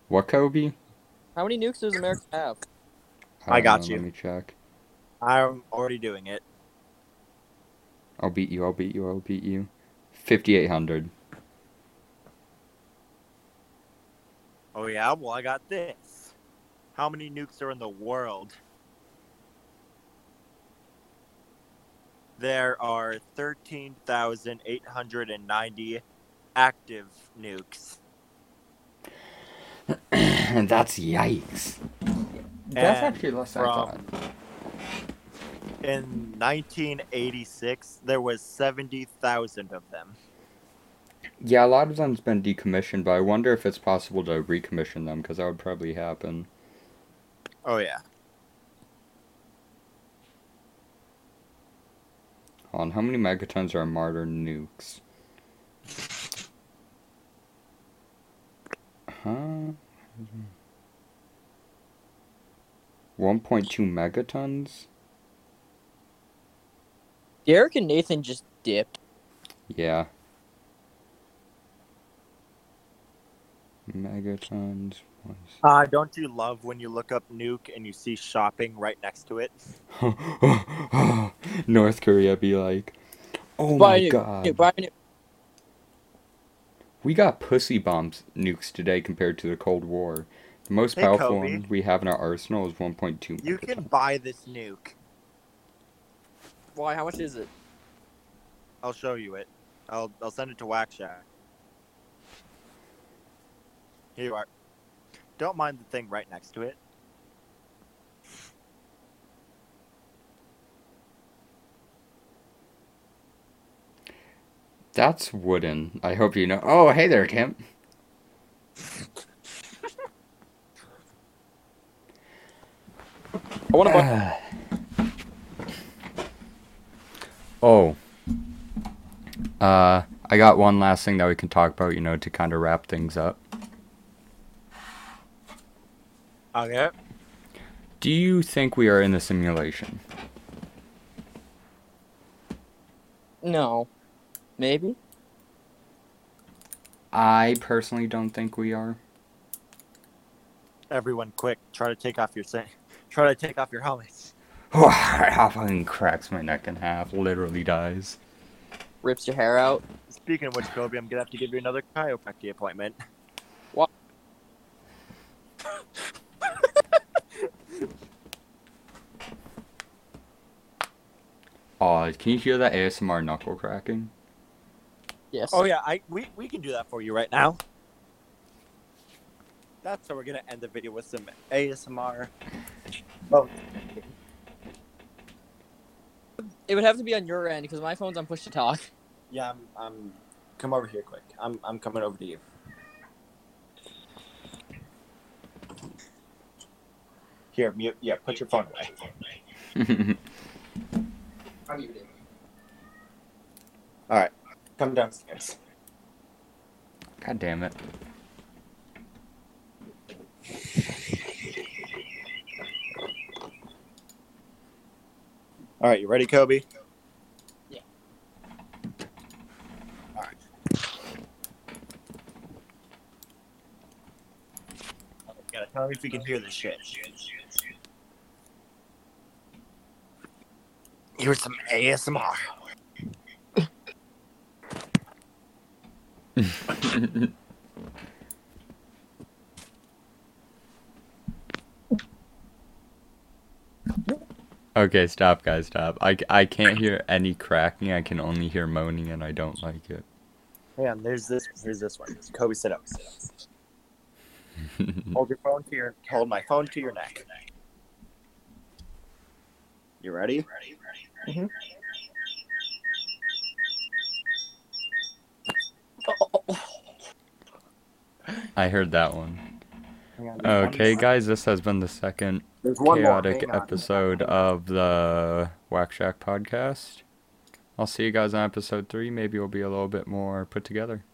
Speaker 1: What, Kobe?
Speaker 3: how many nukes does America have?
Speaker 2: I got you.
Speaker 1: Let me check.
Speaker 2: I'm already doing it.
Speaker 1: I'll beat you, I'll beat you, I'll beat you. 5,800.
Speaker 2: Oh yeah. Well, I got this. How many nukes are in the world? There are thirteen thousand eight hundred and ninety active nukes.
Speaker 1: That's yikes. That's
Speaker 2: And
Speaker 1: actually less
Speaker 2: from-
Speaker 1: than I thought.
Speaker 2: In 1986, there was 70,000 of them.
Speaker 1: Yeah, a lot of them's been decommissioned, but I wonder if it's possible to recommission them because that would probably happen.
Speaker 2: Oh yeah.
Speaker 1: Hold on how many megatons are martyr nukes? Huh? 1.2 megatons?
Speaker 3: Derek and Nathan just dipped.
Speaker 1: Yeah. Megatons. once-
Speaker 2: Uh, don't you love when you look up nuke and you see shopping right next to it?
Speaker 1: North Korea be like, oh
Speaker 3: Buy
Speaker 1: my
Speaker 3: a nuke,
Speaker 1: god.
Speaker 3: Dude, buy a nuke.
Speaker 1: We got pussy bombs nukes today compared to the Cold War. The most
Speaker 2: Hey,
Speaker 1: powerful
Speaker 2: Kobe.
Speaker 1: one we have in our arsenal is 1.2.
Speaker 2: You
Speaker 1: megatons.
Speaker 2: can buy this nuke.
Speaker 3: Why? How much is it?
Speaker 2: I'll show you it. I'll I'll send it to Whack Shack. Here you are. Don't mind the thing right next to it.
Speaker 1: That's wooden. I hope you know. Oh, hey there, Tim.
Speaker 3: I want to buy.
Speaker 1: oh. Uh, I got one last thing that we can talk about, you know, to kind of wrap things up.
Speaker 2: Okay.
Speaker 1: Do you think we are in the simulation?
Speaker 3: No, maybe.
Speaker 1: I personally don't think we are.
Speaker 2: Everyone, quick! Try to take off your sa- try to take off your helmets.
Speaker 1: I fucking cracks my neck in half, literally dies.
Speaker 3: Rips your hair out.
Speaker 2: Speaking of which, Kobe, I'm gonna have to give you another chiropractic appointment.
Speaker 3: Wha-
Speaker 1: Aw, can you hear that ASMR knuckle cracking?
Speaker 3: Yes.
Speaker 2: Oh yeah, I we, we can do that for you right now. That's how we're gonna end the video with some ASMR. Oh,
Speaker 3: It would have to be on your end because my phone's on push to talk.
Speaker 2: yeah, I'm, I'm come over here quick. I'm I'm coming over to you. Here, mute. Yeah, put your phone away. Come downstairs.
Speaker 1: God damn it.
Speaker 2: All right, you ready, Kobe?
Speaker 3: Yeah.
Speaker 2: All right. Gotta tell me if you can hear this shit. Here's some ASMR.
Speaker 1: Okay, stop, guys, stop. I, I can't hear any cracking. I can only hear moaning, and I don't like it.
Speaker 2: Man, there's this. There's this one. Kobe, sit up. Sit up. Hold your phone to your. Hold my phone to your neck. You ready? Mm-hmm.
Speaker 1: I heard that one.
Speaker 2: Hang on, there's one
Speaker 1: Okay,
Speaker 2: more.
Speaker 1: guys, this has been the second
Speaker 2: There's one more.
Speaker 1: chaotic
Speaker 2: Hang on.
Speaker 1: episode of the Whack Shack podcast. I'll see you guys on episode three. Maybe we'll be a little bit more put together.